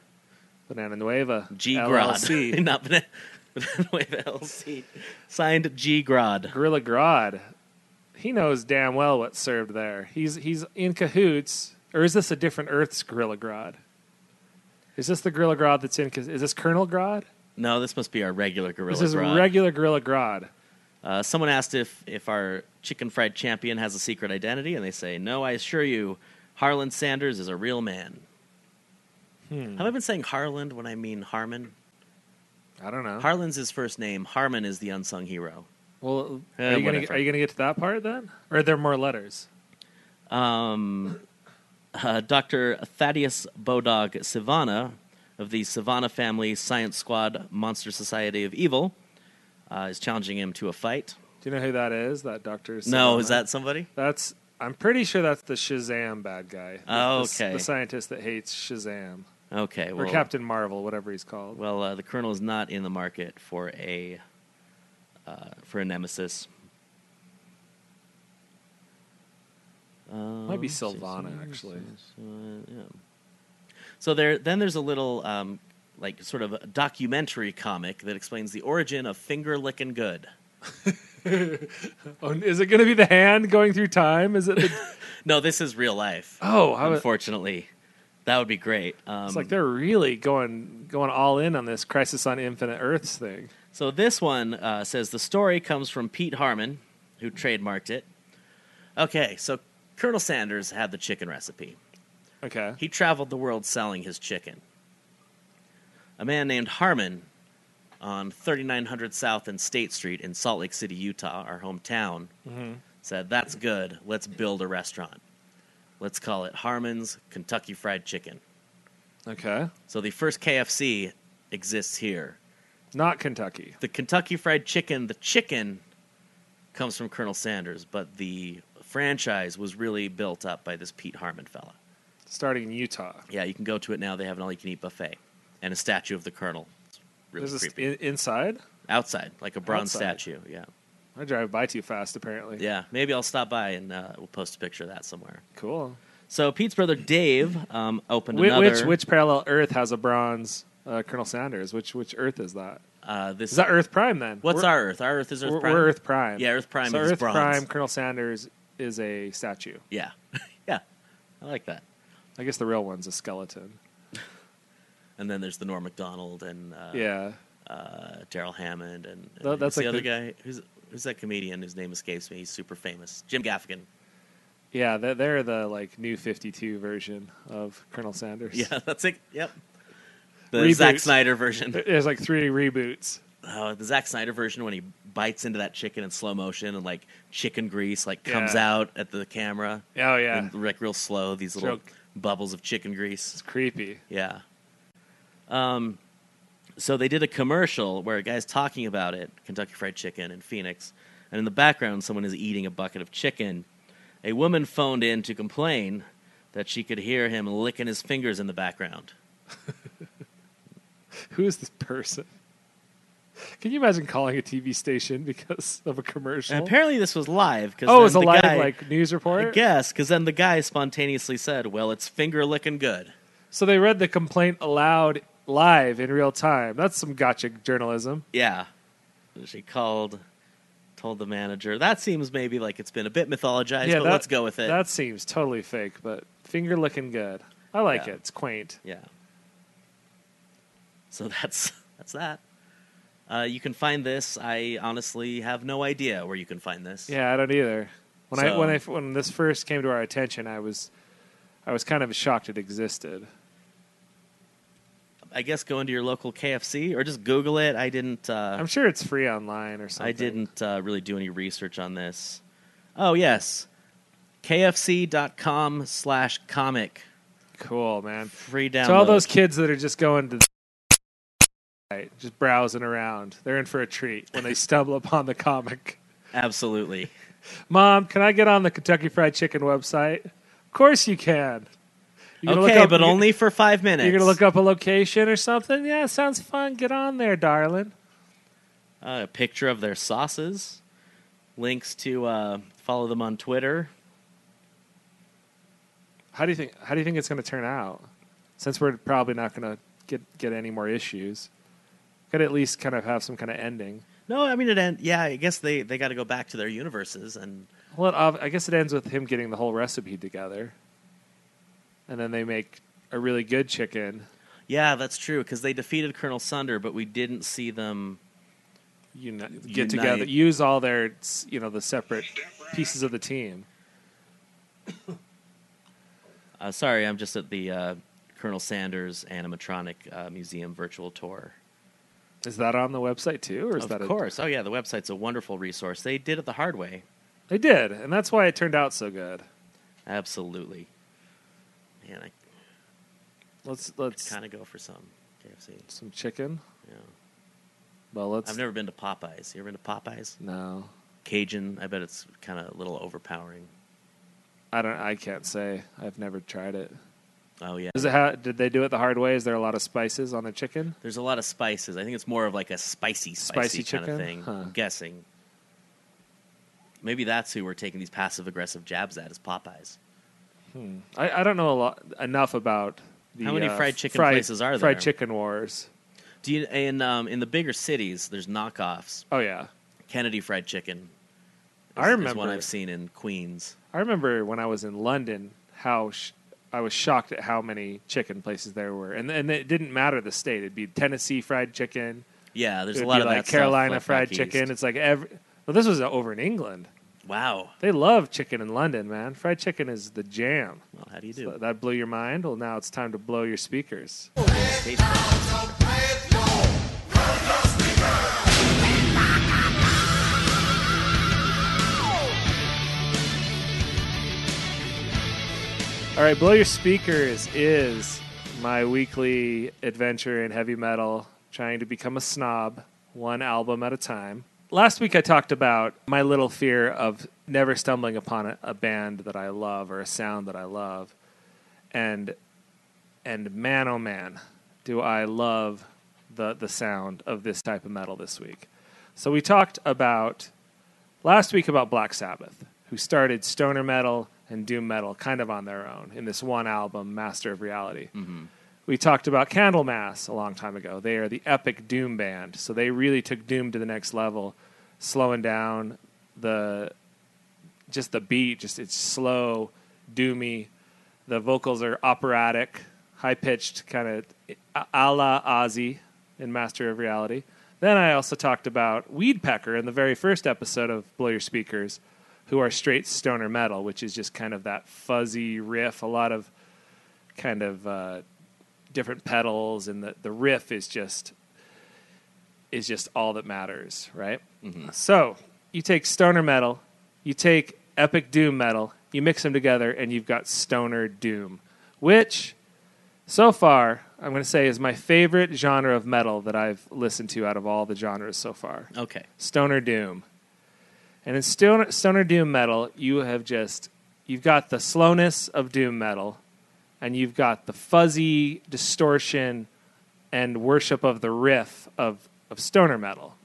S9: Banana Nueva.
S8: G
S9: LLC.
S8: Grod, (laughs) not banana. Banana LLC. Signed G Grod.
S9: Gorilla Grodd. He knows damn well what's served there. He's he's in cahoots. Or is this a different Earth's Gorilla Grodd? Is this the Gorilla Grodd that's in? ca- Is this Colonel Grodd?
S8: No, this must be our regular gorilla.
S9: this is
S8: Grodd.
S9: regular Gorilla Grodd.
S8: uh, someone asked if if our chicken fried champion has a secret identity, and they say, "No, I assure you, Harlan Sanders is a real man." Have I been saying Harland when I mean Harmon?
S9: I don't know.
S8: Harlan's his first name. Harmon is the unsung hero.
S9: well,
S8: Eh,
S9: are you gonna
S8: whatever.
S9: are you gonna get to that part then, or are there more letters?
S8: um, uh, Dr. Thaddeus Bodog Sivana of the Savannah Family Science Squad Monster Society of Evil uh, is challenging him to a fight.
S9: Do you know who that is? That Doctor?
S8: No, is that somebody?
S9: That's. I'm pretty sure that's the Shazam bad guy. The-
S8: Oh,
S9: the s-
S8: okay.
S9: The scientist that hates Shazam
S8: Okay,
S9: or
S8: well,
S9: Captain Marvel, whatever he's called.
S8: well, uh, the Colonel is not in the market for a uh, for a nemesis.
S9: Might be
S8: uh,
S9: Sylvana actually.
S8: So there, then there's a little um, like sort of a documentary comic that explains the origin of finger licking good.
S9: Oh, is it going to be the hand going through time? Is it?
S8: (laughs)
S9: The,
S8: No, this is real life.
S9: oh, I was,
S8: unfortunately, that would be great. Um,
S9: it's like they're really going going all in on this Crisis on Infinite Earths thing.
S8: So this one uh, says the story comes from Pete Harmon, who trademarked it. Okay, so Colonel Sanders had the chicken recipe.
S9: Okay.
S8: He traveled the world selling his chicken. A man named Harmon on 3900 South and State Street in Salt Lake City, Utah, our hometown, said, That's good. Let's build a restaurant. Let's call it Harmon's Kentucky Fried Chicken.
S9: Okay.
S8: So the first KFC exists here.
S9: Not Kentucky.
S8: The Kentucky Fried Chicken, the chicken comes from Colonel Sanders, but the franchise was really built up by this Pete Harmon fella.
S9: Starting in Utah.
S8: Yeah, you can go to it now. They have an all-you-can-eat buffet and a statue of the colonel. It's really
S9: There's this
S8: creepy.
S9: in, inside.
S8: Outside, like a bronze
S9: Outside.
S8: statue. Yeah,
S9: I drive by too fast. Apparently.
S8: yeah. Maybe I'll stop by and uh, we'll post a picture of that somewhere.
S9: Cool.
S8: So Pete's brother Dave um, opened
S9: Whi-
S8: another.
S9: Which which parallel Earth has a bronze uh, Colonel Sanders? Which which Earth is that?
S8: Uh, this
S9: Is that Earth Prime then?
S8: What's
S9: We're-
S8: our Earth? Our Earth is Earth
S9: We're,
S8: Prime.
S9: we're Earth Prime.
S8: Yeah, Earth Prime
S9: So
S8: is
S9: Earth
S8: bronze.
S9: Prime. Colonel Sanders is a statue.
S8: Yeah, (laughs) yeah. I like that.
S9: I guess the real one's a skeleton.
S8: And then there's the Norm Macdonald and uh,
S9: yeah.
S8: uh, Daryl Hammond and, and
S9: Tha-
S8: who's
S9: that's
S8: the
S9: like
S8: other
S9: the-
S8: guy. Who's who's that comedian whose name escapes me? He's super famous. Jim Gaffigan.
S9: Yeah, they're, they're the like new 52 version of Colonel Sanders.
S8: Yeah, (laughs)
S9: (laughs)
S8: that's it. Yep. The
S9: Reboot.
S8: Zack Snyder version.
S9: There- There's like three reboots.
S8: Oh, the Zack Snyder version when he bites into that chicken in slow motion and like chicken grease like comes
S9: Yeah.
S8: out at the camera
S9: Oh yeah.
S8: and like real slow these little
S9: Joke.
S8: bubbles of chicken grease.
S9: It's creepy.
S8: Yeah. Um, so they did a commercial where a guy's talking about it, Kentucky Fried Chicken in Phoenix, and in the background someone is eating a bucket of chicken. A woman phoned in to complain that she could hear him licking his fingers in the background.
S9: Who is this person? Can you imagine calling a TV station because of a commercial?
S8: And apparently this was live because
S9: oh, it's a
S8: the
S9: live
S8: guy,
S9: like news report.
S8: I guess, because then the guy spontaneously said, "Well, it's finger licking good."
S9: So they read the complaint aloud live in real time. That's some gotcha journalism.
S8: Yeah, she called, told the manager. That seems maybe like it's been a bit mythologized, but
S9: that-
S8: let's go with it.
S9: That seems totally fake, but finger looking good. I like
S8: Yeah.
S9: it. It's quaint.
S8: Yeah. So (laughs) that's that's that. Uh, you can find this. I honestly have no idea where you can find this.
S9: Yeah, I don't either. When I
S8: So-
S9: when I when this first came to our attention, I was I was kind of shocked it existed.
S8: I guess go into your local KFC or just Google it. I didn't. Uh,
S9: I'm sure it's free online or something.
S8: I didn't uh, really do any research on this. Oh yes, KFC.com slash comic
S9: Cool, man.
S8: free download.
S9: So all those kids that are just going to the right, just browsing around, they're in for a treat when they stumble upon the comic.
S8: absolutely.
S9: Mom, can I get on the Kentucky Fried Chicken website? Of course you can. (laughs) You're gonna look
S8: Okay,
S9: up-
S8: but
S9: you're-
S8: only for five minutes.
S9: You're gonna look up a location or something? Yeah, sounds fun. Get on there, darling.
S8: uh, a picture of their sauces, links to uh, follow them on Twitter.
S9: How do you think? How do you think it's gonna turn out? Since we're probably not gonna get get any more issues, could at least kind of have some kind of ending.
S8: No, I mean it. End, yeah, I guess they they got to go back to their universes, and
S9: Well, it, ob- I guess it ends with him getting the whole recipe together, and then they make a really good chicken
S8: yeah, that's true because they defeated Colonel Sunder, but we didn't see them.
S9: uni-
S8: Unite.
S9: get together, use all their s- you know the separate pieces of the team.
S8: Uh, sorry, I'm just at the uh, Colonel Sanders animatronic uh, museum virtual tour.
S9: Is that on the website too, or is that?
S8: of course, oh yeah, the website's a wonderful resource. They did it the hard way,
S9: A, they did, and that's why it turned out so good.
S8: absolutely. Man, I
S9: Let's let's
S8: kind of go for some. KFC.
S9: Some chicken.
S8: Yeah.
S9: Well, let's.
S8: I've never been to Popeyes. You ever been to Popeyes?
S9: No,
S8: Cajun. I bet it's kind of a little overpowering.
S9: I don't. I can't say. I've never tried it.
S8: Oh yeah.
S9: Is it how, did they do it the hard way? Is there a lot of spices on the chicken?
S8: There's a lot of spices. I think it's more of like a spicy, spicy,
S9: Spicy
S8: kind
S9: chicken?
S8: of thing.
S9: Huh.
S8: I'm guessing. Maybe that's who we're taking these passive aggressive jabs at is Popeyes.
S9: I, I don't know a lot enough about the
S8: How many
S9: uh,
S8: fried chicken
S9: fried-
S8: places are
S9: Fried
S8: there?
S9: chicken wars.
S8: Do you and um, in the bigger cities there's knockoffs.
S9: Oh yeah,
S8: Kennedy Fried Chicken.
S9: I
S8: is- is
S9: remember.
S8: one I've seen in Queens.
S9: I remember when I was in London how sh- I was shocked at how many chicken places there were, and and it didn't matter the state. It'd be Tennessee fried chicken.
S8: Yeah, there's
S9: it'd
S8: a lot
S9: be
S8: of
S9: like
S8: that stuff,
S9: Carolina
S8: like
S9: fried
S8: back
S9: chicken.
S8: east.
S9: It's like every. Well, this was over in England.
S8: Wow.
S9: They love chicken in London, man. Fried chicken is the jam.
S8: Well, how do you do?
S9: So that blew your mind. Well, now it's time to blow your speakers.
S8: Taste buds.
S9: All right, blow your speakers is my weekly adventure in heavy metal, trying to become a snob, one album at a time. Last week I talked about my little fear of never stumbling upon a, a band that I love or a sound that I love, and and man oh man, do I love the the sound of this type of metal this week. So we talked about last week about Black Sabbath, who started stoner metal and doom metal kind of on their own in this one album, Master of Reality. We talked about Candlemass a long time ago. They are the epic doom band, so they really took doom to the next level, slowing down the just the beat, just it's slow, doomy. The vocals are operatic, high pitched, kind of a a la Ozzy in Master of Reality. Then I also talked about Weedpecker in the very first episode of Blow Your Speakers, who are straight stoner metal, which is just kind of that fuzzy riff, a lot of kind of uh, different pedals, and the, the riff is just is just all that matters, right? So you take stoner metal, you take epic doom metal, you mix them together, and you've got stoner doom, which so far I'm going to say is my favorite genre of metal that I've listened to out of all the genres so far
S8: Okay.
S9: stoner doom and in stoner, stoner doom metal you have just you've got the slowness of doom metal and you've got the fuzzy distortion and worship of the riff of, of stoner metal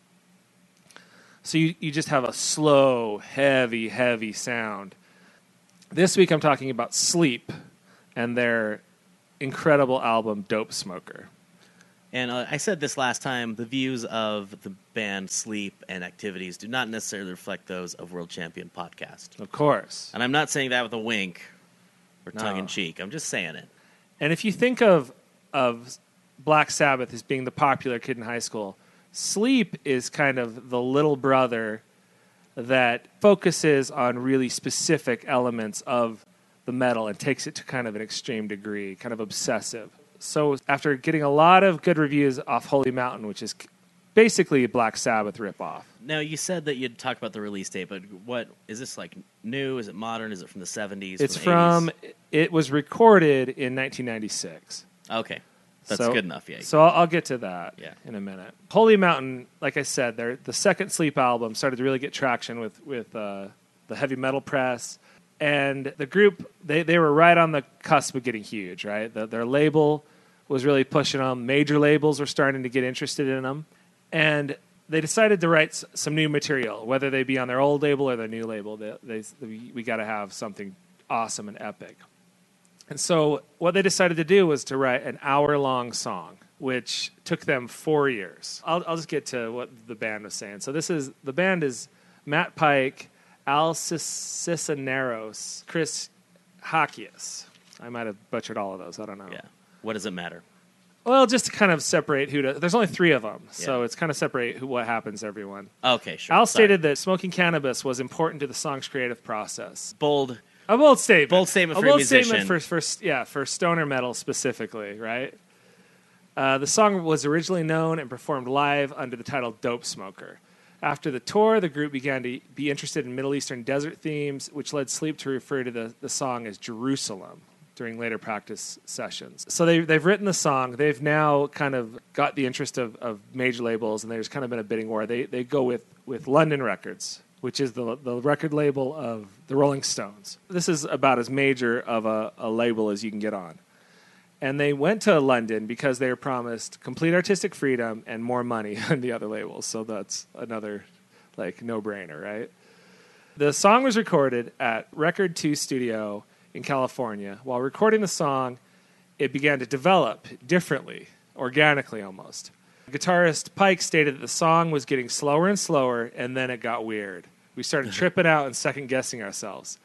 S9: so you, you just have a slow heavy heavy sound this week i'm talking about sleep and their incredible album dope smoker
S8: And uh, I said this last time the views of the band Sleep and activities do not necessarily reflect those of World Champion Podcast.
S9: of course
S8: And I'm not saying that with a wink or
S9: No.
S8: tongue in cheek. I'm just saying it.
S9: And if you think of of Black Sabbath as being the popular kid in high school, Sleep is kind of the little brother that focuses on really specific elements of the metal and takes it to kind of an extreme degree, kind of obsessive. So after getting a lot of good reviews off Holy Mountain, which is c- basically a Black Sabbath ripoff,
S8: Now you said that you'd talk about the release date, but what is this like new? Is it modern? Is it from the 70s?
S9: it's
S8: the
S9: from
S8: 80s?
S9: it was recorded in 1996.
S8: Okay. That's
S9: So-
S8: good enough. Yeah.
S9: So I'll, I'll get to that
S8: Yeah.
S9: in a minute. Holy Mountain, like I said, their the second Sleep album started to really get traction with with uh, the heavy metal press, and the group they they were right on the cusp of getting huge. Right, the, their label was really pushing them. Major labels were starting to get interested in them, and they decided to write s- some new material, whether they be on their old label or their new label. They, they we, we got to have something awesome and epic. And so what they decided to do was to write an hour long song, which took them four years. I'll, I'll just get to what the band was saying. So this is the band is Matt Pike, Al Cis- Cisneros, Chris Hakius. I might have butchered all of those. I don't know.
S8: yeah. What does it matter?
S9: Well, just to kind of separate who. To, there's only three of them, so it's kind of separate who, what happens to everyone.
S8: Okay, sure.
S9: Al
S8: Sorry.
S9: stated that smoking cannabis was important to the song's creative process.
S8: bold.
S9: A bold statement.
S8: Bold statement
S9: a
S8: for a
S9: bold
S8: musician.
S9: statement for, for yeah for stoner metal specifically, right? Uh, the song was originally known and performed live under the title "Dope Smoker." After the tour, the group began to be interested in Middle Eastern desert themes, which led Sleep to refer to the, the song as Jerusalem, during later practice sessions. So they, they've written the song. They've now kind of got the interest of, of major labels, and there's kind of been a bidding war. They, they go with, with London Records, which is the, the record label of the Rolling Stones. This is about as major of a, a label as you can get on. And they went to London because they were promised complete artistic freedom and more money (laughs) than the other labels. So that's another like no brainer, right? The song was recorded at Record 2 Studio in California. While recording the song, it began to develop differently, organically almost. Guitarist Pike stated that the song was getting slower and slower, and then it got weird. We started tripping out and second guessing ourselves.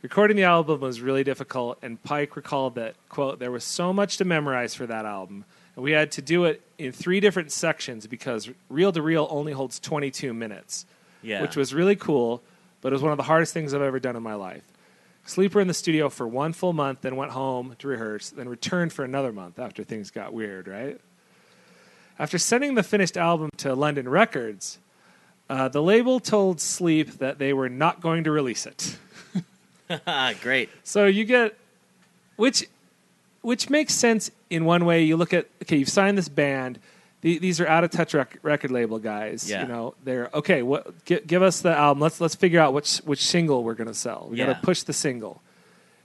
S9: Recording the album was really difficult, and Pike recalled that, quote, there was so much to memorize for that album, and we had to do it in three different sections because reel to reel only holds 22 minutes
S8: Yeah.
S9: which was really cool, but it was one of the hardest things I've ever done in my life. Sleeper in the studio for one full month, then went home to rehearse, then returned for another month after things got weird, right? After sending the finished album to London Records, uh, the label told Sleep that they were not going to release it.
S8: (laughs) ah, great.
S9: So you get, which, which makes sense in one way. You look at okay, you've signed this band. The, these are out of touch rec- record label guys.
S8: Yeah.
S9: You know they're okay. What gi- give us the album? Let's let's figure out which which single we're gonna sell. We
S8: Yeah.
S9: gotta push the single,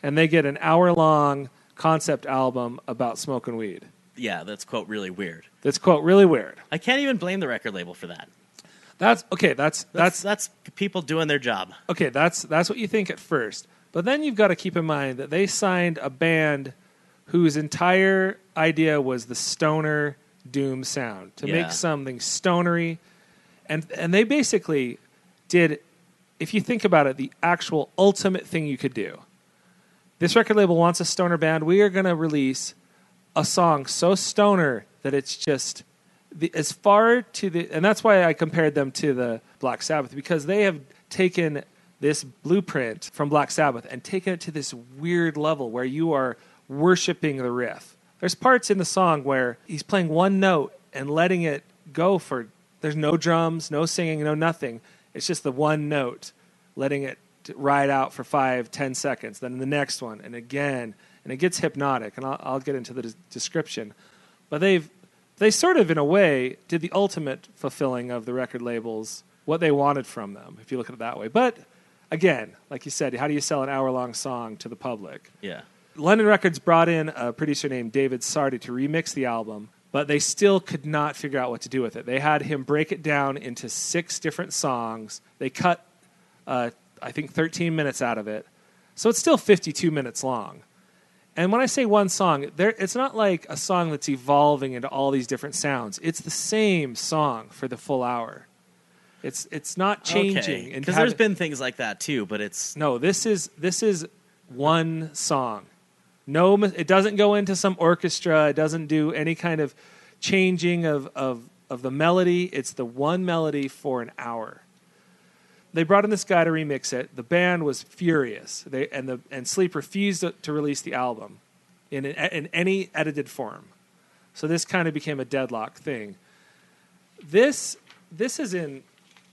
S9: and they get an hour long concept album about smoking weed.
S8: Yeah, that's quote really weird.
S9: That's quote really weird.
S8: I can't even blame the record label for that.
S9: That's okay. That's that's,
S8: That's that's, people doing their job.
S9: okay, that's that's what you think at first. But then you've got to keep in mind that they signed a band whose entire idea was the stoner doom sound to
S8: Yeah.
S9: make something stonery, and and they basically did, if you think about it, the actual ultimate thing you could do. This record label wants a stoner band. We are going to release a song so stoner that it's just the, as far to the and that's why I compared them to the Black Sabbath because they have taken this blueprint from Black Sabbath and taken it to this weird level where you are worshiping the riff. There's parts in the song where he's playing one note and letting it go for there's no drums, no singing, no nothing. It's just the one note, letting it t- ride out for five, ten seconds, then the next one, and again, and it gets hypnotic. And I'll, I'll get into the des- description, but they've they sort of, in a way, did the ultimate fulfilling of the record labels what they wanted from them, if you look at it that way. But again, like you said, how do you sell an hour long song to the public?
S8: Yeah.
S9: London Records brought in a producer named David Sardi to remix the album, but they still could not figure out what to do with it. They had him break it down into six different songs. They cut, uh, I think, 13 minutes out of it. So it's still 52 minutes long. And when I say one song, there, it's not like a song that's evolving into all these different sounds. It's the same song for the full hour. It's, it's not changing. and
S8: Because
S9: have-
S8: there's been things like that too, but it's
S9: no, this is this is one song. No, mi- it doesn't go into some orchestra. It doesn't do any kind of changing of of of the melody. It's the one melody for an hour. They brought in this guy to remix it. The band was furious. They and the and Sleep refused to, to release the album in an, in any edited form. So this kind of became a deadlock thing. This this is in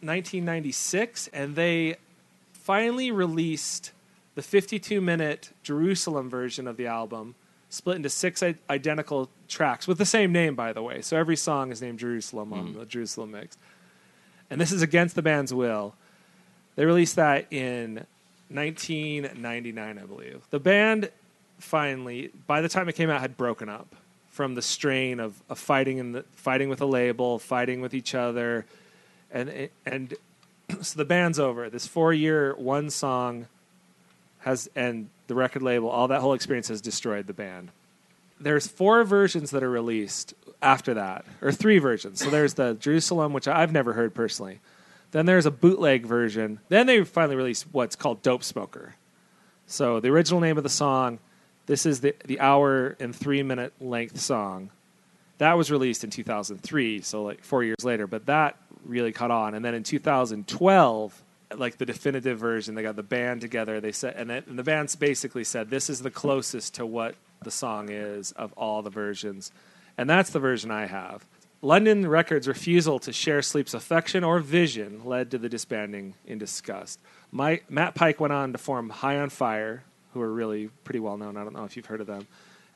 S9: 1996, and they finally released the 52 minute Jerusalem version of the album, split into six I- identical tracks with the same name, by the way. So every song is named Jerusalem on the Jerusalem mix. And this is against the band's will. They released that in 1999, I believe. The band finally, by the time it came out, had broken up from the strain of, of fighting in the, fighting with a label, fighting with each other, and and (clears throat) so the band's over. This four year one song has and the record label, all that whole experience has destroyed the band. There's four versions that are released after that, or three versions. So there's the Jerusalem, which I've never heard personally. Then there's a bootleg version. Then they finally released what's called Dope Smoker. So the original name of the song, this is the, the hour and three minute length song that was released in 2003 so like four years later but that really caught on and then in 2012 like the definitive version they got the band together they said and, it, and the band's basically said this is the closest to what the song is of all the versions and that's the version i have london records refusal to share sleep's affection or vision led to the disbanding in disgust My, matt pike went on to form high on fire who are really pretty well known. I don't know if you've heard of them.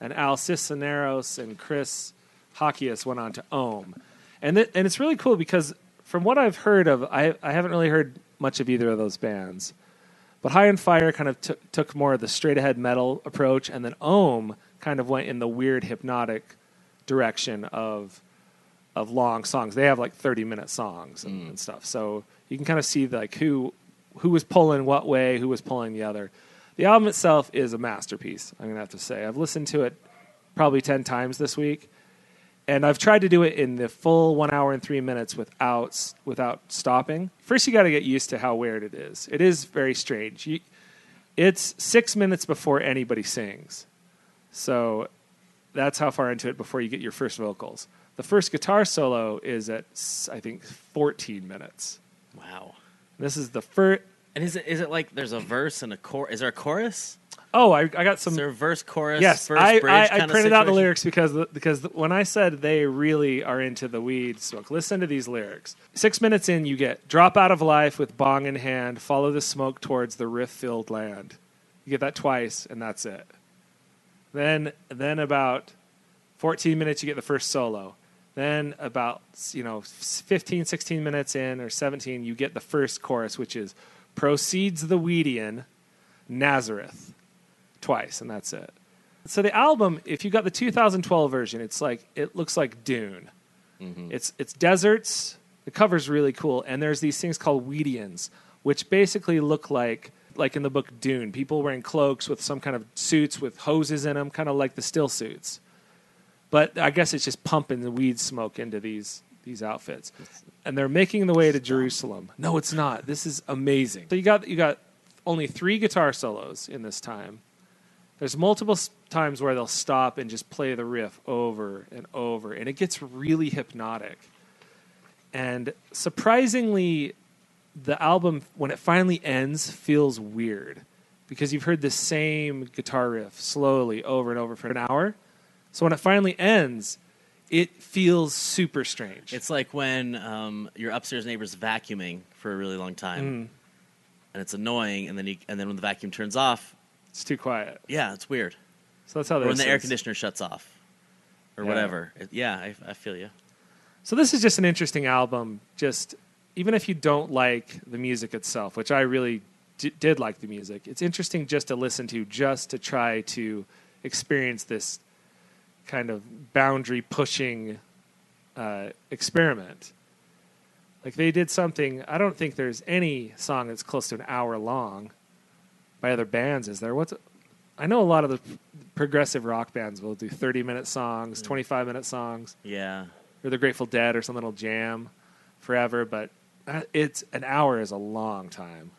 S9: And Al Cisneros and Chris Hockeyus went on to Ohm. And, th- and it's really cool because from what I've heard of, I, I haven't really heard much of either of those bands. But High on Fire kind of took took more of the straight ahead metal approach, and then Ohm kind of went in the weird hypnotic direction of of long songs. They have like thirty minute songs and, and stuff, so you can kind of see like who who was pulling what way, who was pulling the other. The album itself is a masterpiece. I'm gonna have to say I've listened to it probably ten times this week, and I've tried to do it in the full one hour and three minutes without s- without stopping. First, you got to get used to how weird it is. It is very strange. You, it's six minutes before anybody sings, so that's how far into it before you get your first vocals. The first guitar solo is at s- I think fourteen minutes.
S8: Wow.
S9: This is the first.
S8: And is it is it like there's a verse and a chor? Is there a chorus?
S9: Oh, I, I got some.
S8: Is there a verse chorus?
S9: yes,
S8: verse,
S9: I,
S8: bridge
S9: I, I
S8: kinda
S9: printed out the
S8: situation?
S9: lyrics because the, because the- when I said they really are into the weed smoke, listen to these lyrics. Six minutes in, you get drop out of life with bong in hand, follow the smoke towards the riff filled land. You get that twice, and that's it. Then then about 14 minutes you get the first solo. Then about you know 15 16 minutes in or 17 you get the first chorus which is proceeds the Weedian Nazareth twice and that's it. So the album if you got the 2012 version it's like it looks like Dune. It's it's deserts. The cover's really cool, and there's these things called Weedians, which basically look like like in the book Dune, people wearing cloaks with some kind of suits with hoses in them, kind of like the still suits. But I guess it's just pumping the weed smoke into these these outfits, and they're making the way to Jerusalem. No, it's not. This is amazing. So you got you got only three guitar solos in this time. There's multiple s- times where they'll stop and just play the riff over and over, and it gets really hypnotic. And surprisingly, the album, when it finally ends, feels weird because you've heard the same guitar riff slowly over and over for an hour. So when it finally ends, it feels super strange.
S8: It's like when um, your upstairs neighbor's vacuuming for a really long
S9: Mm.
S8: time, and it's annoying. And then you, and then when the vacuum turns off,
S9: it's too quiet.
S8: yeah, it's weird.
S9: So that's how
S8: Or when the
S9: this
S8: air
S9: is.
S8: conditioner shuts off, or
S9: Yeah.
S8: whatever. It- yeah, I, I feel you.
S9: So this is just an interesting album. Just even if you don't like the music itself, which I really d- did like the music, it's interesting just to listen to, just to try to experience this kind of boundary pushing uh, experiment. Like they did something. I don't think there's any song that's close to an hour long by other bands. Is there? What's I know a lot of the progressive rock bands will do 30 minute songs, 25 minute songs
S8: Yeah,
S9: or the Grateful Dead or something will jam forever, but uh, it's an hour is a long time.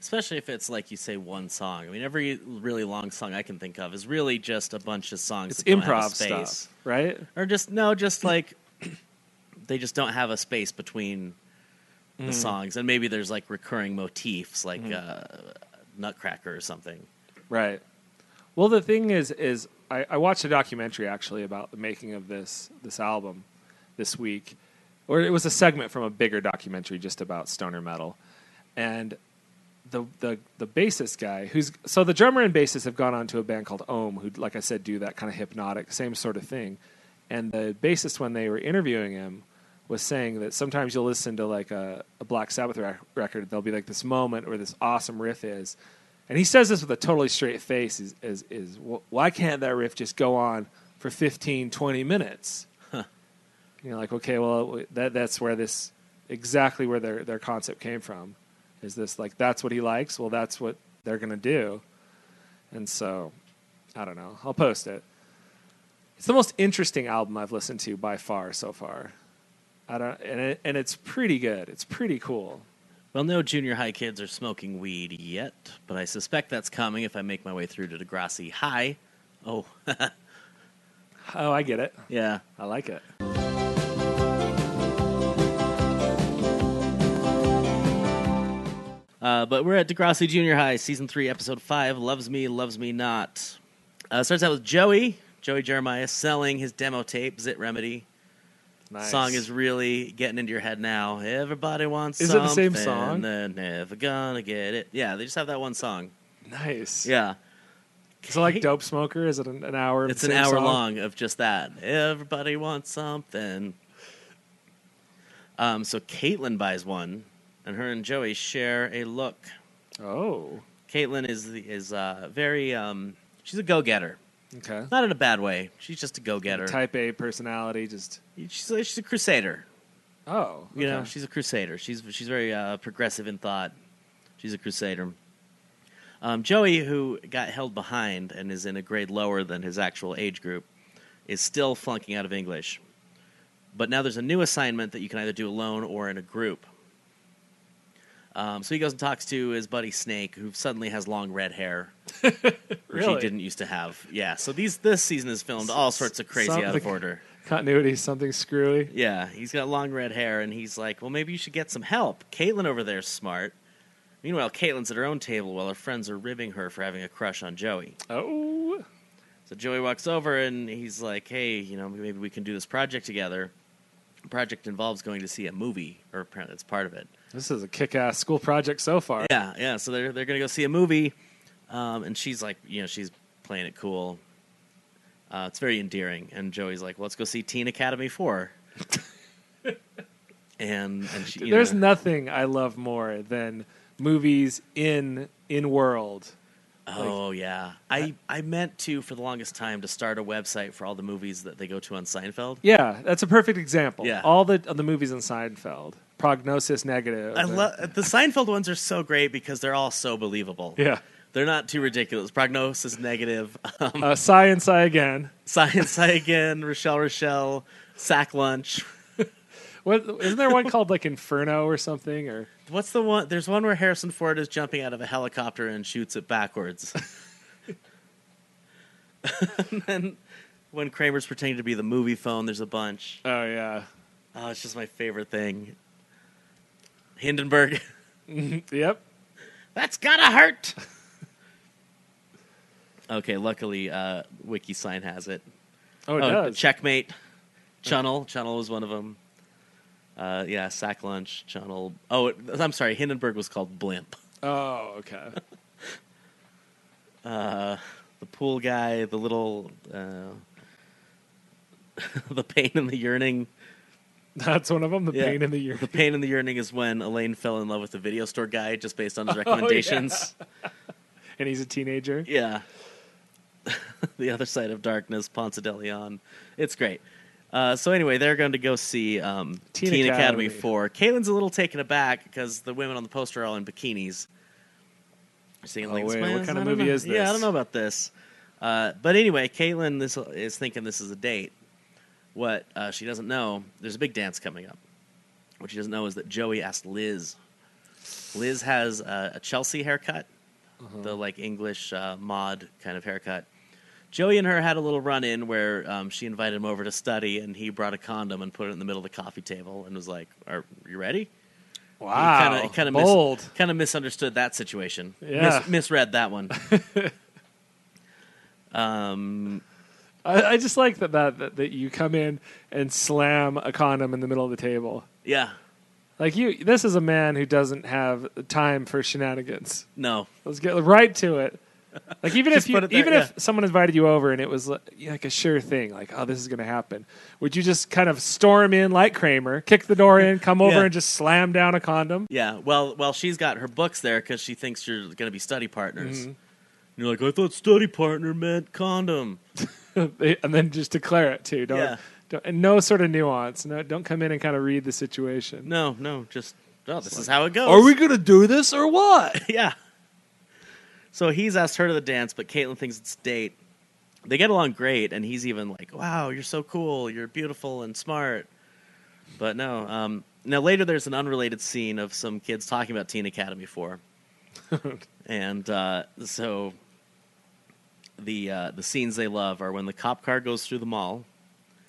S8: especially if it's like you say one song. I mean, every really long song I can think of is really just a bunch of songs.
S9: It's
S8: that don't have a
S9: improv
S8: space.
S9: stuff, right?
S8: or just no, just like (clears throat) they just don't have a space between the songs, and maybe there's like recurring motifs, like uh, Nutcracker or something.
S9: Right. Well, the thing is, is I, I watched a documentary actually about the making of this this album this week, or it was a segment from a bigger documentary just about stoner metal, and the the the bassist guy who's so the drummer and bassist have gone on to a band called Ohm, who like I said do that kind of hypnotic same sort of thing, and the bassist when they were interviewing him was saying that sometimes you'll listen to like a, a Black Sabbath rec- record, there'll be like this moment where this awesome riff is, and he says this with a totally straight face is, is, is "Wh- why can't that riff just go on for 15, 20 minutes? You know, like, okay, well, w- that, that's where this, exactly where their, their concept came from. Is this like, that's what he likes? Well, that's what they're going to do. And so, I don't know. I'll post it. It's the most interesting album I've listened to by far so far. I don't, and, it, and it's pretty good. It's pretty cool.
S8: Well, no junior high kids are smoking weed yet, but I suspect that's coming if I make my way through to Degrassi High. Oh, (laughs)
S9: Oh, I get it.
S8: yeah.
S9: I like it.
S8: Uh, but we're at Degrassi Junior High, Season 3, Episode 5, Loves Me, Loves Me Not. Uh, starts out with Joey, Joey Jeremiah, selling his demo tape, Zit Remedy.
S9: Nice.
S8: song is really getting into your head now. Everybody wants
S9: Is it the
S8: something.
S9: same song?
S8: They're never gonna get it. Yeah, they just have that one song.
S9: Nice.
S8: Yeah.
S9: So like dope smoker is it an, an hour? of
S8: It's
S9: the
S8: an
S9: same
S8: hour
S9: song?
S8: long of just that. Everybody wants something. Um, so Caitlin buys one, and her and Joey share a look.
S9: Oh.
S8: Caitlin is the- is uh, very. Um, she's a go getter,
S9: Okay.
S8: not in a bad way. She's just a go getter.
S9: Type A personality just
S8: She's a, she's a crusader.
S9: Oh.
S8: You know,
S9: okay.
S8: she's a crusader. She's she's very uh, progressive in thought. She's a crusader. Um, Joey, who got held behind and is in a grade lower than his actual age group, is still flunking out of English. But now there's a new assignment that you can either do alone or in a group. Um, so he goes and talks to his buddy Snake, who suddenly has long red hair, which he
S9: Really?
S8: didn't used to have. Yeah. So these this season is filmed all sorts of crazy
S9: some-
S8: out of order.
S9: continuity something screwy.
S8: Yeah, he's got long red hair, and he's like, "Well, maybe you should get some help." Caitlin over there's smart. Meanwhile, Caitlin's at her own table while her friends are ribbing her for having a crush on Joey.
S9: Oh.
S8: So Joey walks over and he's like, "Hey, you know, maybe we can do this project together." The project involves going to see a movie, or apparently it's part of it.
S9: This is a kick ass school project so far.
S8: Yeah, yeah. So they're they're gonna go see a movie, um, and she's like, you know, she's playing it cool. Uh, it's very endearing, and Joey's like, "Let's go see Teen Academy 4. and and she, you
S9: There's
S8: know,
S9: nothing I love more than movies in in world.
S8: Oh yeah, I I meant to for the longest time to start a website for all the movies that they go to on Seinfeld.
S9: Yeah, that's a perfect example.
S8: Yeah.
S9: All the of the movies in Seinfeld. Prognosis negative.
S8: I love the Seinfeld ones are so great because they're all so believable.
S9: Yeah.
S8: They're not too ridiculous. Prognosis negative, (laughs) um,
S9: Uh, sigh and sigh again.
S8: science again, Rochelle Rochelle, sack lunch.
S9: What isn't there one called like Inferno or something or
S8: What's the one? There's one where Harrison Ford is jumping out of a helicopter and shoots it backwards. (laughs) and then when Kramer's pretending to be the movie phone, there's a bunch.
S9: Oh yeah.
S8: Oh, it's just my favorite thing. Hindenburg. (laughs)
S9: Yep.
S8: That's gotta hurt. (laughs) okay, luckily, uh, WikiSign has it.
S9: Oh it
S8: Oh,
S9: does.
S8: checkmate. Chunnel. Chunnel was one of them. Uh, yeah, sack lunch. Chunnel. Oh, it, I'm sorry. Hindenburg was called Blimp.
S9: Oh, okay. (laughs)
S8: The pool guy. The little. Uh, (laughs) the pain and the yearning.
S9: That's one of them, the
S8: Yeah.
S9: pain in the year.
S8: The pain and the yearning is when Elaine fell in love with the video store guy just based
S9: (laughs)
S8: on his
S9: Oh,
S8: recommendations.
S9: And he's a teenager.
S8: Yeah. (laughs) the other side of darkness, Ponce de Leon. It's great. Uh, so anyway, they're going to go see um, Teen,
S9: Teen
S8: Academy.
S9: Academy.
S8: 4. Caitlin's a little taken aback because the women on the poster are all in bikinis. Singing
S9: Oh,
S8: like, this,
S9: wait, what
S8: "Man,
S9: kind of
S8: I don't
S9: movie
S8: know."
S9: is
S8: Yeah, I don't
S9: this?
S8: know about this. Uh, but anyway, Caitlin this is thinking this is a date. What uh, she doesn't know, there's a big dance coming up. What she doesn't know is that Joey asked Liz. Liz has uh, a Chelsea haircut,
S9: Uh-huh.
S8: the like English uh, mod kind of haircut. Joey and her had a little run in where um, she invited him over to study, and he brought a condom and put it in the middle of the coffee table and was like, "Are you ready?"
S9: Wow.
S8: He kind of
S9: bold.
S8: kind of misunderstood that situation.
S9: Yeah.
S8: Mis- misread that
S9: (laughs)
S8: one.
S9: I, I just like that, that that that you come in and slam a condom in the middle of the table.
S8: yeah,
S9: Like you, this is a man who doesn't have time for shenanigans.
S8: no,
S9: Let's get right to it. Like even
S8: (laughs)
S9: if
S8: Just
S9: you,
S8: put it there,
S9: even if
S8: yeah.
S9: someone invited you over and it was like, like a sure thing, like oh this is going to happen, would you just kind of storm in like Kramer, kick the door in, come
S8: (laughs)
S9: over
S8: Yeah.
S9: and just slam down a condom? (laughs)
S8: yeah. Well, well, she's got her books there because she thinks you're going to be study partners. And You're like, I thought study partner meant condom.
S9: and then just declare it too. Don't,
S8: Yeah.
S9: don't and no sort of nuance. No, don't come in and kind of read the situation.
S8: No, no, just oh, this is how it goes.
S9: gonna do this or
S8: (laughs)
S9: what?
S8: yeah. So he's asked her to the dance, but Caitlin thinks it's a date. They get along great, and he's even like, "Wow, you're so cool. You're beautiful and smart." But no. Um, now later, there's an unrelated scene of some kids talking about Teen Academy Four, and uh, so the uh, the scenes they love are when the cop car goes through the mall,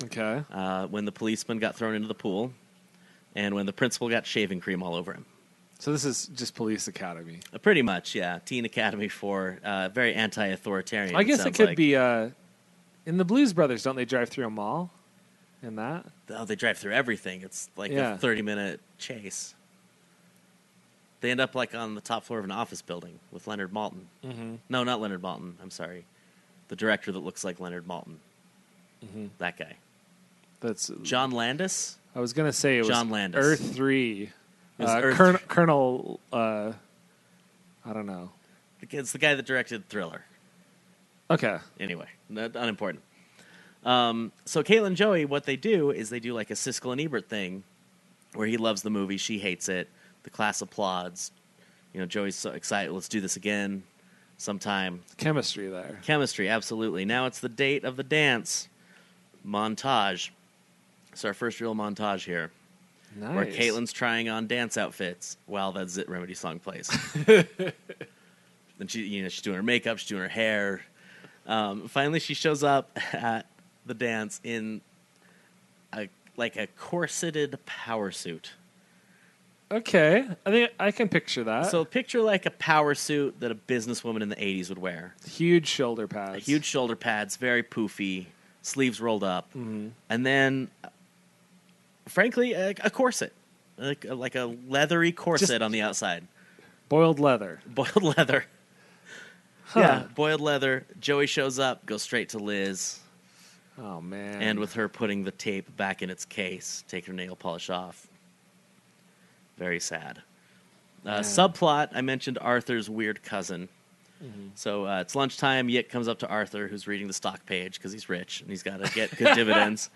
S9: Okay.
S8: uh, when the policeman got thrown into the pool, and when the principal got shaving cream all over him.
S9: So this is just police academy.
S8: Uh, Pretty much, yeah. Teen Academy for uh, very anti-authoritarian.
S9: I guess it
S8: sounds
S9: could
S8: like.
S9: be uh, in the Blues Brothers. Don't they drive through a mall? In that,
S8: Oh, they drive through everything. It's like
S9: Yeah.
S8: a thirty-minute chase. They end up like on the top floor of an office building with Leonard Maltin. Mm-hmm. No, not Leonard Maltin. I'm sorry, the director that looks like Leonard Maltin.
S9: Mm-hmm.
S8: That guy,
S9: That's.
S8: John Landis.
S9: I was gonna say it was
S8: John Landis.
S9: Earth Three.
S8: It was
S9: Uh,
S8: Earth
S9: Colonel, Colonel uh, I don't know.
S8: It's the guy that directed Thriller.
S9: Okay,
S8: Anyway, not, unimportant. Um, so Caitlin and Joey, what they do is they do like a Siskel and Ebert thing, where he loves the movie, she hates it. The class applauds. You know, Joey's so excited. Let's do this again sometime.
S9: chemistry there.
S8: Chemistry, absolutely. Now it's the date of the dance montage. It's our first real montage here,
S9: Nice.
S8: where Caitlin's trying on dance outfits while that Zit Remedy song
S9: (laughs)
S8: plays. and she, you know, she's doing her makeup, she's doing her hair. Um, finally, she shows up at the dance in a like a corseted power suit.
S9: Okay, I think I can picture that.
S8: So picture like a power suit that a businesswoman in the '80s would wear.
S9: huge shoulder pads.
S8: huge shoulder pads, very poofy, sleeves rolled up,
S9: Mm-hmm.
S8: and then, uh, frankly, a, a corset, like, like a leathery corset
S9: Just-
S8: on the outside,
S9: boiled leather.
S8: (laughs) boiled leather.
S9: Huh.
S8: Yeah, (laughs) boiled leather. Joey shows up, goes straight to Liz,
S9: Oh man.
S8: and uh, with her putting the tape back in its case, take her nail polish off. Very sad. Uh, subplot I mentioned Arthur's weird cousin. So uh, it's lunchtime. Yick comes up to Arthur, who's reading the stock page because he's rich and he's got to get (laughs) good dividends.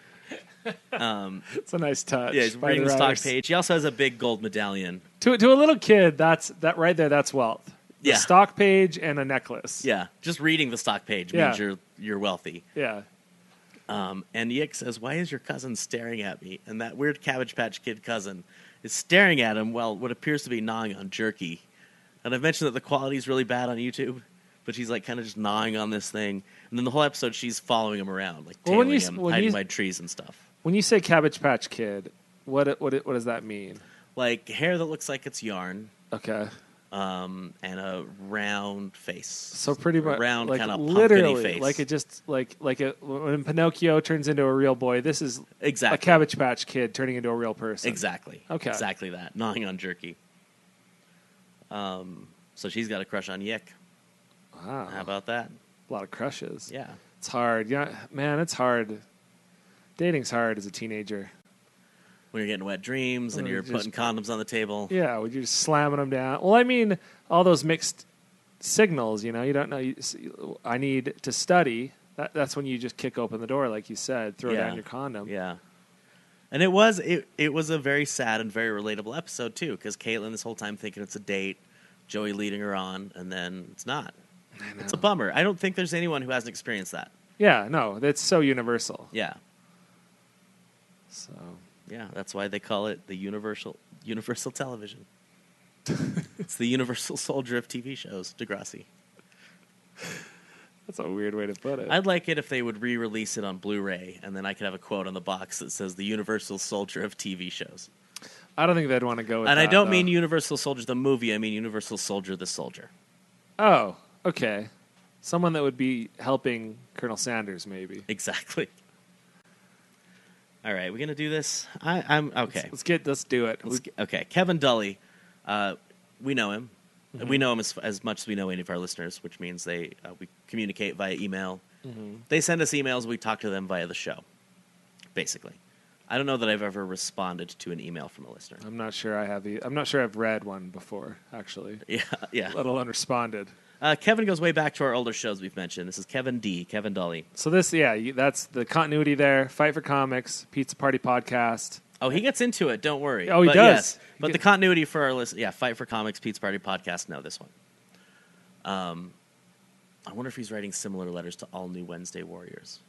S9: it's a nice touch.
S8: Yeah, he's
S9: by
S8: reading the stock
S9: writers.
S8: page. He also has a big gold medallion.
S9: To to a little kid, that's that right there. That's wealth. The
S8: Yeah.
S9: stock page and a necklace.
S8: Yeah, just reading the stock page means
S9: Yeah.
S8: you're you're wealthy.
S9: Yeah.
S8: Um, and Yick says, "Why is your cousin staring at me?" And that weird Cabbage Patch Kid cousin is staring at him while what appears to be gnawing on jerky. And I've mentioned that the quality is really bad on YouTube, but she's like kind of just gnawing on this thing. And then the whole episode, she's following him around, like
S9: Well,
S8: tailing
S9: when you s-
S8: him,
S9: when
S8: hiding
S9: you-
S8: by trees and stuff.
S9: When you say cabbage patch kid, what what what does that mean?
S8: Like hair that looks like it's yarn,
S9: Okay.
S8: um, and a round face.
S9: So pretty
S8: A
S9: much
S8: round
S9: like
S8: kind of
S9: literally
S8: face,
S9: like it just like like it when Pinocchio turns into a real boy. This is
S8: Exactly.
S9: a Cabbage Patch Kid turning into a real person.
S8: Exactly.
S9: Okay.
S8: Exactly that. Gnawing on jerky. Um, so she's got a crush on Yick.
S9: Wow,
S8: How about that?
S9: a lot of crushes.
S8: Yeah.
S9: it's hard. Yeah, man, it's hard. Dating's hard as a teenager.
S8: When you're getting wet dreams and
S9: Oh,
S8: you're
S9: just-
S8: putting condoms on the table.
S9: Yeah, when you're just slamming them down. Well, I mean, all those mixed signals. You know, you don't know. You, s- I need to study. That, that's when you just kick open the door, like you said, throw
S8: Yeah.
S9: down your condom.
S8: Yeah. And it was it, it was a very sad and very relatable episode too, because Caitlin this whole time thinking it's a date, Joey leading her on, and then it's not. It's a bummer. I don't think there's anyone who hasn't experienced that.
S9: Yeah, no, that's so universal.
S8: Yeah.
S9: So
S8: Yeah. That's why they call it the universal universal
S9: (laughs)
S8: television. it's the universal soldier of TV shows, Degrassi.
S9: that's a weird way to put it.
S8: I'd like it if they would re-release it on Blu-ray, and then I could have a quote on the box that says "The Universal Soldier of TV Shows."
S9: I don't think they'd want to go with
S8: and I
S9: that,
S8: don't
S9: though.
S8: mean Universal Soldier the movie; I mean Universal Soldier the soldier. (laughs)
S9: Oh, okay. Someone that would be helping Colonel Sanders, maybe.
S8: Exactly. All right, we're gonna do this. I, I'm okay.
S9: Let's get. Let's do it.
S8: Let's get- okay, Kevin Dully. Uh, we know him.
S9: Mm-hmm.
S8: We know him as, as much as we know any of our listeners, which means they uh, we communicate via email.
S9: Mm-hmm.
S8: They send us emails. We talk to them via the show. Basically, I don't know that I've ever responded to an email from a listener.
S9: I'm not sure I have. e- I'm not sure I've read one before, actually.
S8: Yeah, yeah.
S9: Let alone responded.
S8: Uh, Kevin goes way back to our older shows we've mentioned. This is Kevin D. Kevin Dully.
S9: So this, yeah, you, that's the continuity there. Fight for comics, pizza party podcast.
S8: Oh, he gets into it. Don't worry.
S9: Oh, he
S8: But
S9: does.
S8: yes,
S9: He
S8: but the
S9: gets-
S8: continuity for our list, yeah, Fight for Comics, Pete's Party podcast. No, this one. Um, I wonder if he's writing similar letters to all new Wednesday Warriors.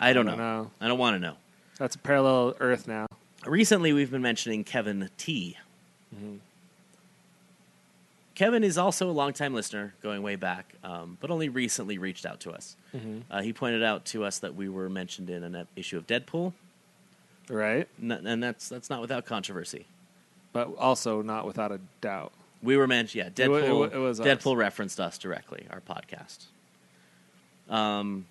S8: I don't,
S9: don't
S8: know.
S9: know.
S8: I don't want to know.
S9: That's a parallel Earth now.
S8: Recently, we've been mentioning Kevin T. Kevin is also a longtime listener, going way back, um, but only recently reached out to us. Uh, he pointed out to us that we were mentioned in an ep- issue of Deadpool,
S9: Right,
S8: n- and that's that's not without controversy.
S9: but also not without a doubt.
S8: We were mentioned, yeah.
S9: wa-
S8: Deadpool.
S9: it wa- it was us.
S8: Deadpool referenced us directly, our podcast. Um,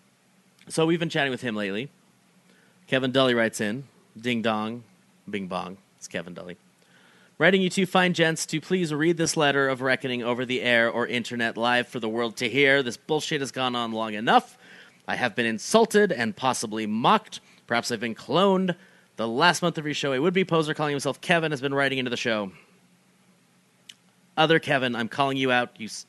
S8: so we've been chatting with him lately. Kevin Dully writes in, "Ding dong, bing bong." It's Kevin Dully. Writing you two fine gents to please read this letter of reckoning over the air or internet live for the world to hear. This bullshit has gone on long enough. I have been insulted and possibly mocked. Perhaps I've been cloned. The last month of your show, a would be poser calling himself Kevin has been writing into the show. Other Kevin, I'm calling you out. You, s-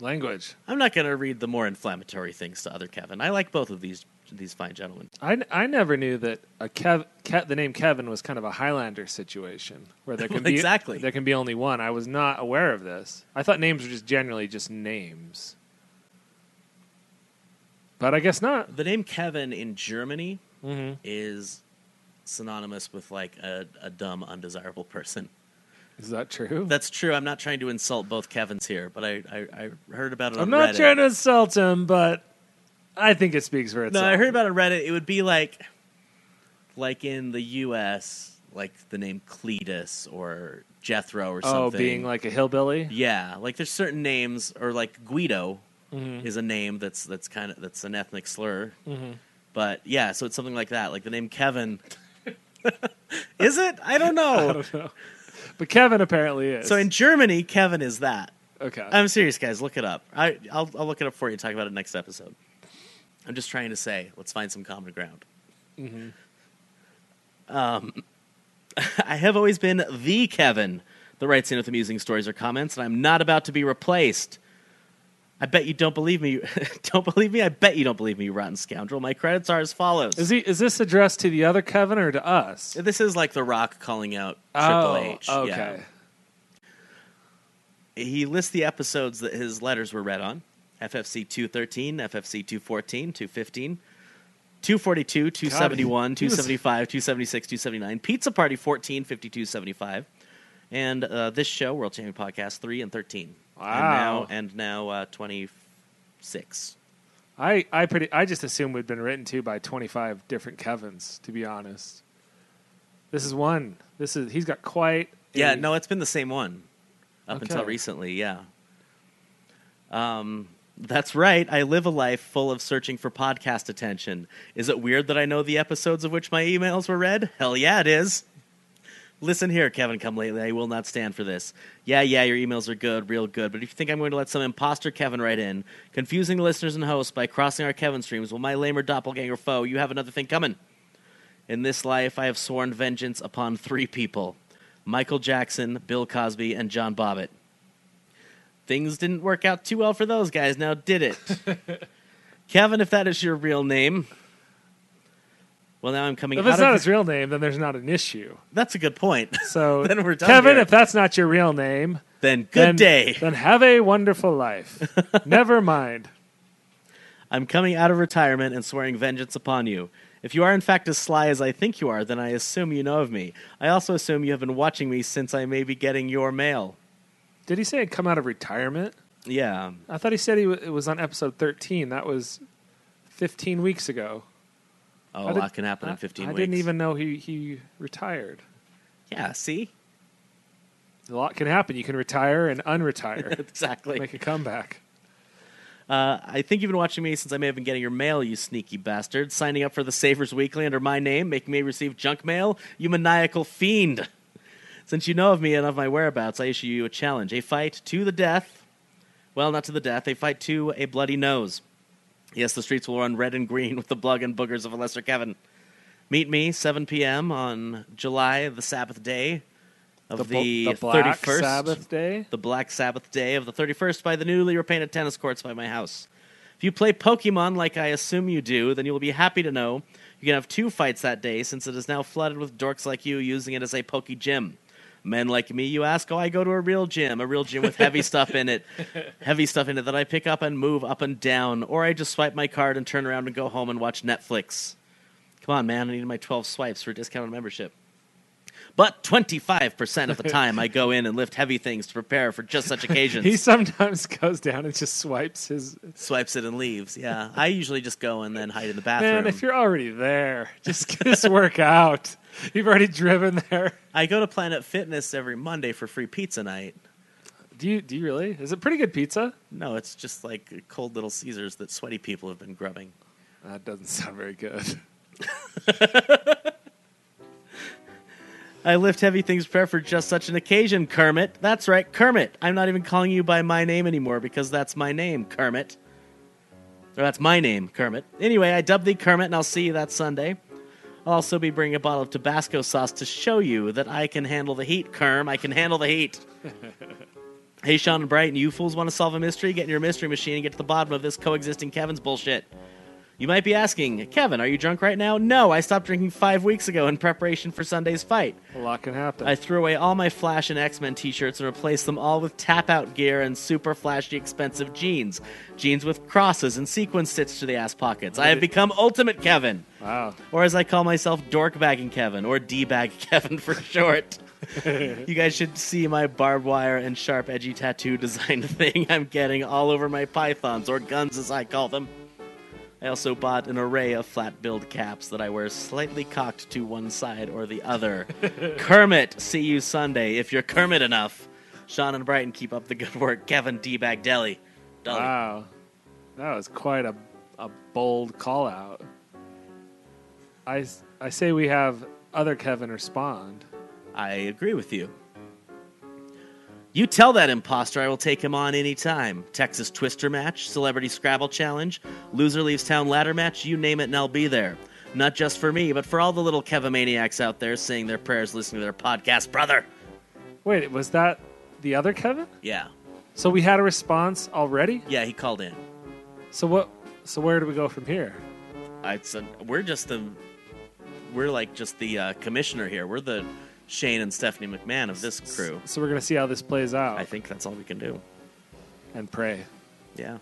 S9: Language.
S8: I'm not going to read the more inflammatory things to other Kevin. I like both of these these fine gentlemen.
S9: I, I never knew that a Kev, Ke, the name Kevin was kind of a Highlander situation
S8: (laughs)
S9: where there can be
S8: Exactly.
S9: there can be only one. I was not aware of this. I thought names were just generally just names, but I guess not.
S8: The name Kevin in Germany Mm-hmm. is synonymous with like a, a dumb, undesirable person.
S9: Is that true?
S8: That's true. I'm not trying to insult both Kevins here, but I, I, I heard about it on
S9: I'm not
S8: Reddit.
S9: trying to insult him, but I think it speaks for
S8: no,
S9: itself.
S8: I heard about it on Reddit. It would be like, like in the U.S., like the name Cletus or Jethro or
S9: oh,
S8: something.
S9: being like a hillbilly.
S8: yeah, like there's certain names or like Guido is a name that's that's kind of that's an ethnic slur. But yeah, so it's something like that. Like the name Kevin. (laughs) is it? (laughs) I don't know.
S9: But Kevin apparently is.
S8: So in Germany, Kevin is that.
S9: okay,
S8: I'm serious, guys. Look it up. I, I'll, I'll look it up for you and talk about it next episode. I'm just trying to say, let's find some common ground.
S9: Mm-hmm.
S8: Um, (laughs) I have always been the Kevin that writes in with amusing stories or comments, and I'm not about to be replaced. I bet you don't believe me. (laughs) don't believe me? I bet you don't believe me, you rotten scoundrel. My credits are as follows.
S9: is he? Is this addressed to the other Kevin or to us?
S8: this is like The Rock calling out Triple
S9: oh,
S8: H. Yeah.
S9: okay.
S8: he lists the episodes that his letters were read on FFC 213, FFC 214, 215, 242, 271,
S9: he was-
S8: 275, 276, 279, Pizza Party 14, 52, 75, and uh, this show, World Champion Podcast 3 and 13.
S9: Wow.
S8: And now, and now uh, 26.
S9: I, I pretty I just assume we'd been written to by twenty five different Kevins, to be honest. This is one. This is he's got quite a-
S8: Yeah, no, it's been the same one up until
S9: Okay.
S8: recently. Yeah. Um, that's right. I live a life full of searching for podcast attention. Is it weird that I know the episodes of which my emails were read? Hell yeah, it is. Listen here, Kevin Come Lately. I will not stand for this. Yeah, yeah, your emails are good, real good. But if you think I'm going to let some imposter Kevin write in, confusing the listeners and hosts by crossing our Kevin streams, well, my lamer doppelganger foe, you have another thing coming. In this life, I have sworn vengeance upon three people Michael Jackson, Bill Cosby, and John Bobbitt. Things didn't work out too well for those guys, now did it?
S9: (laughs)
S8: Kevin, if that is your real name. Well, now I'm coming
S9: If
S8: out
S9: it's not
S8: of.
S9: his real name, then there's not an issue.
S8: That's a good
S9: (laughs)
S8: point.
S9: So
S8: (laughs) Then we're done
S9: Kevin,
S8: here.
S9: if that's not your real name,
S8: then good
S9: then-
S8: day.
S9: Then have a wonderful
S8: (laughs)
S9: life. Never mind.
S8: I'm coming out of retirement and swearing vengeance upon you. If you are in fact as sly as I think you are, then I assume you know of me. I also assume you have been watching me since I may be getting your mail.
S9: Did he say he'd come out of retirement?
S8: Yeah. um,
S9: I thought he said he w- it was on episode thirteen. That was fifteen weeks ago.
S8: Oh,
S9: I
S8: a
S9: did-
S8: lot can happen
S9: I,
S8: in 15
S9: I
S8: weeks.
S9: didn't even know he he retired.
S8: Yeah, see? (laughs)
S9: A lot can happen. You can retire and
S8: (laughs)
S9: unretire,
S8: Exactly.
S9: make a comeback.
S8: Uh, I think you've been watching me since I may have been getting your mail, you sneaky bastard. Signing up for the Savers Weekly under my name, making me receive junk mail, you maniacal fiend. Since you know of me and of my whereabouts, I issue you a challenge a fight to the death. Well, not to the death, a fight to a bloody nose. Yes, the streets will run red and green with the blug and boogers of a lesser Kevin. Meet me 7 p.m. on July, the Sabbath day of
S9: bl-
S8: the,
S9: Black
S8: 31st
S9: Sabbath day.
S8: the Black Sabbath day of the 31st by the newly repainted tennis courts by my house. If you play Pokemon like I assume you do, then you will be happy to know you can have two fights that day since it is now flooded with dorks like you using it as a Poke Gym. Men like me, you ask, oh, I go to a real gym, a real gym with heavy stuff in it, heavy stuff in it that I pick up and move up and down, or I just swipe my card and turn around and go home and watch Netflix. Come on, man, I need my 12 swipes for a discounted membership. But 25% of the time, I go in and lift heavy things to prepare for just such occasions.
S9: He sometimes (laughs) goes down and just swipes his.
S8: Swipes it and leaves.
S9: (laughs)
S8: Yeah. I usually just go and then hide in the bathroom.
S9: Man, if you're already there, just just work out. (laughs) You've already driven there.
S8: I go to Planet Fitness every Monday for free pizza night.
S9: Do you do you really? Is it pretty good pizza?
S8: No, it's just like cold little Caesars that sweaty people have been grubbing.
S9: That doesn't sound very good.
S8: I lift heavy things prepared for just such an occasion, Kermit. That's right, Kermit. I'm not even calling you by my name anymore because that's my name, Kermit. Or that's my name, Kermit. Anyway, I dub thee Kermit, and I'll see you that Sunday. I'll also be bringing a bottle of Tabasco sauce to show you that I can handle the heat, Kerm. I can handle the heat. hey, Sean and Brighton, you fools want to solve a mystery? Get in your mystery machine and get to the bottom of this coexisting Kevin's bullshit. You might be asking, Kevin, are you drunk right now? No, I stopped drinking five weeks ago in preparation for Sunday's fight.
S9: A lot can happen.
S8: I threw away all my Flash and X Men t shirts and replaced them all with tap out gear and super flashy, expensive jeans. Jeans with crosses and sequin stitched to the ass pockets. I have become Ultimate Kevin,
S9: wow.
S8: or as I call myself, Dork Bagging Kevin, or D Bag (laughs) Kevin for short. you guys should see my barbed wire and sharp, edgy tattoo design (laughs) thing I'm getting all over my pythons, or guns as I call them. I also bought an array of flat billed caps that I wear slightly cocked to one side or the other. Kermit, see you Sunday if you're Kermit enough. Sean and Brighton, keep up the good work. Kevin D. Bagdelli. Dolly.
S9: Wow. That was quite a, a bold call out. I, s- I say we have other Kevin respond.
S8: I agree with you. You tell that imposter I will take him on any time. Texas Twister match, Celebrity Scrabble challenge, Loser Leaves Town ladder match, you name it and I'll be there. Not just for me, but for all the little Kevamaniacs out there saying their prayers, listening to their podcast, brother.
S9: Wait, was that the other Kevin?
S8: Yeah.
S9: So we had a response already?
S8: Yeah, he called in.
S9: So what so where do we go from here?
S8: I, it's a, we're just the we're like just the uh, commissioner here. We're the Shane and Stephanie McMahon of this crew.
S9: So we're gonna see how this plays out
S8: I think that's all we can do.
S9: and pray.
S8: Yeah.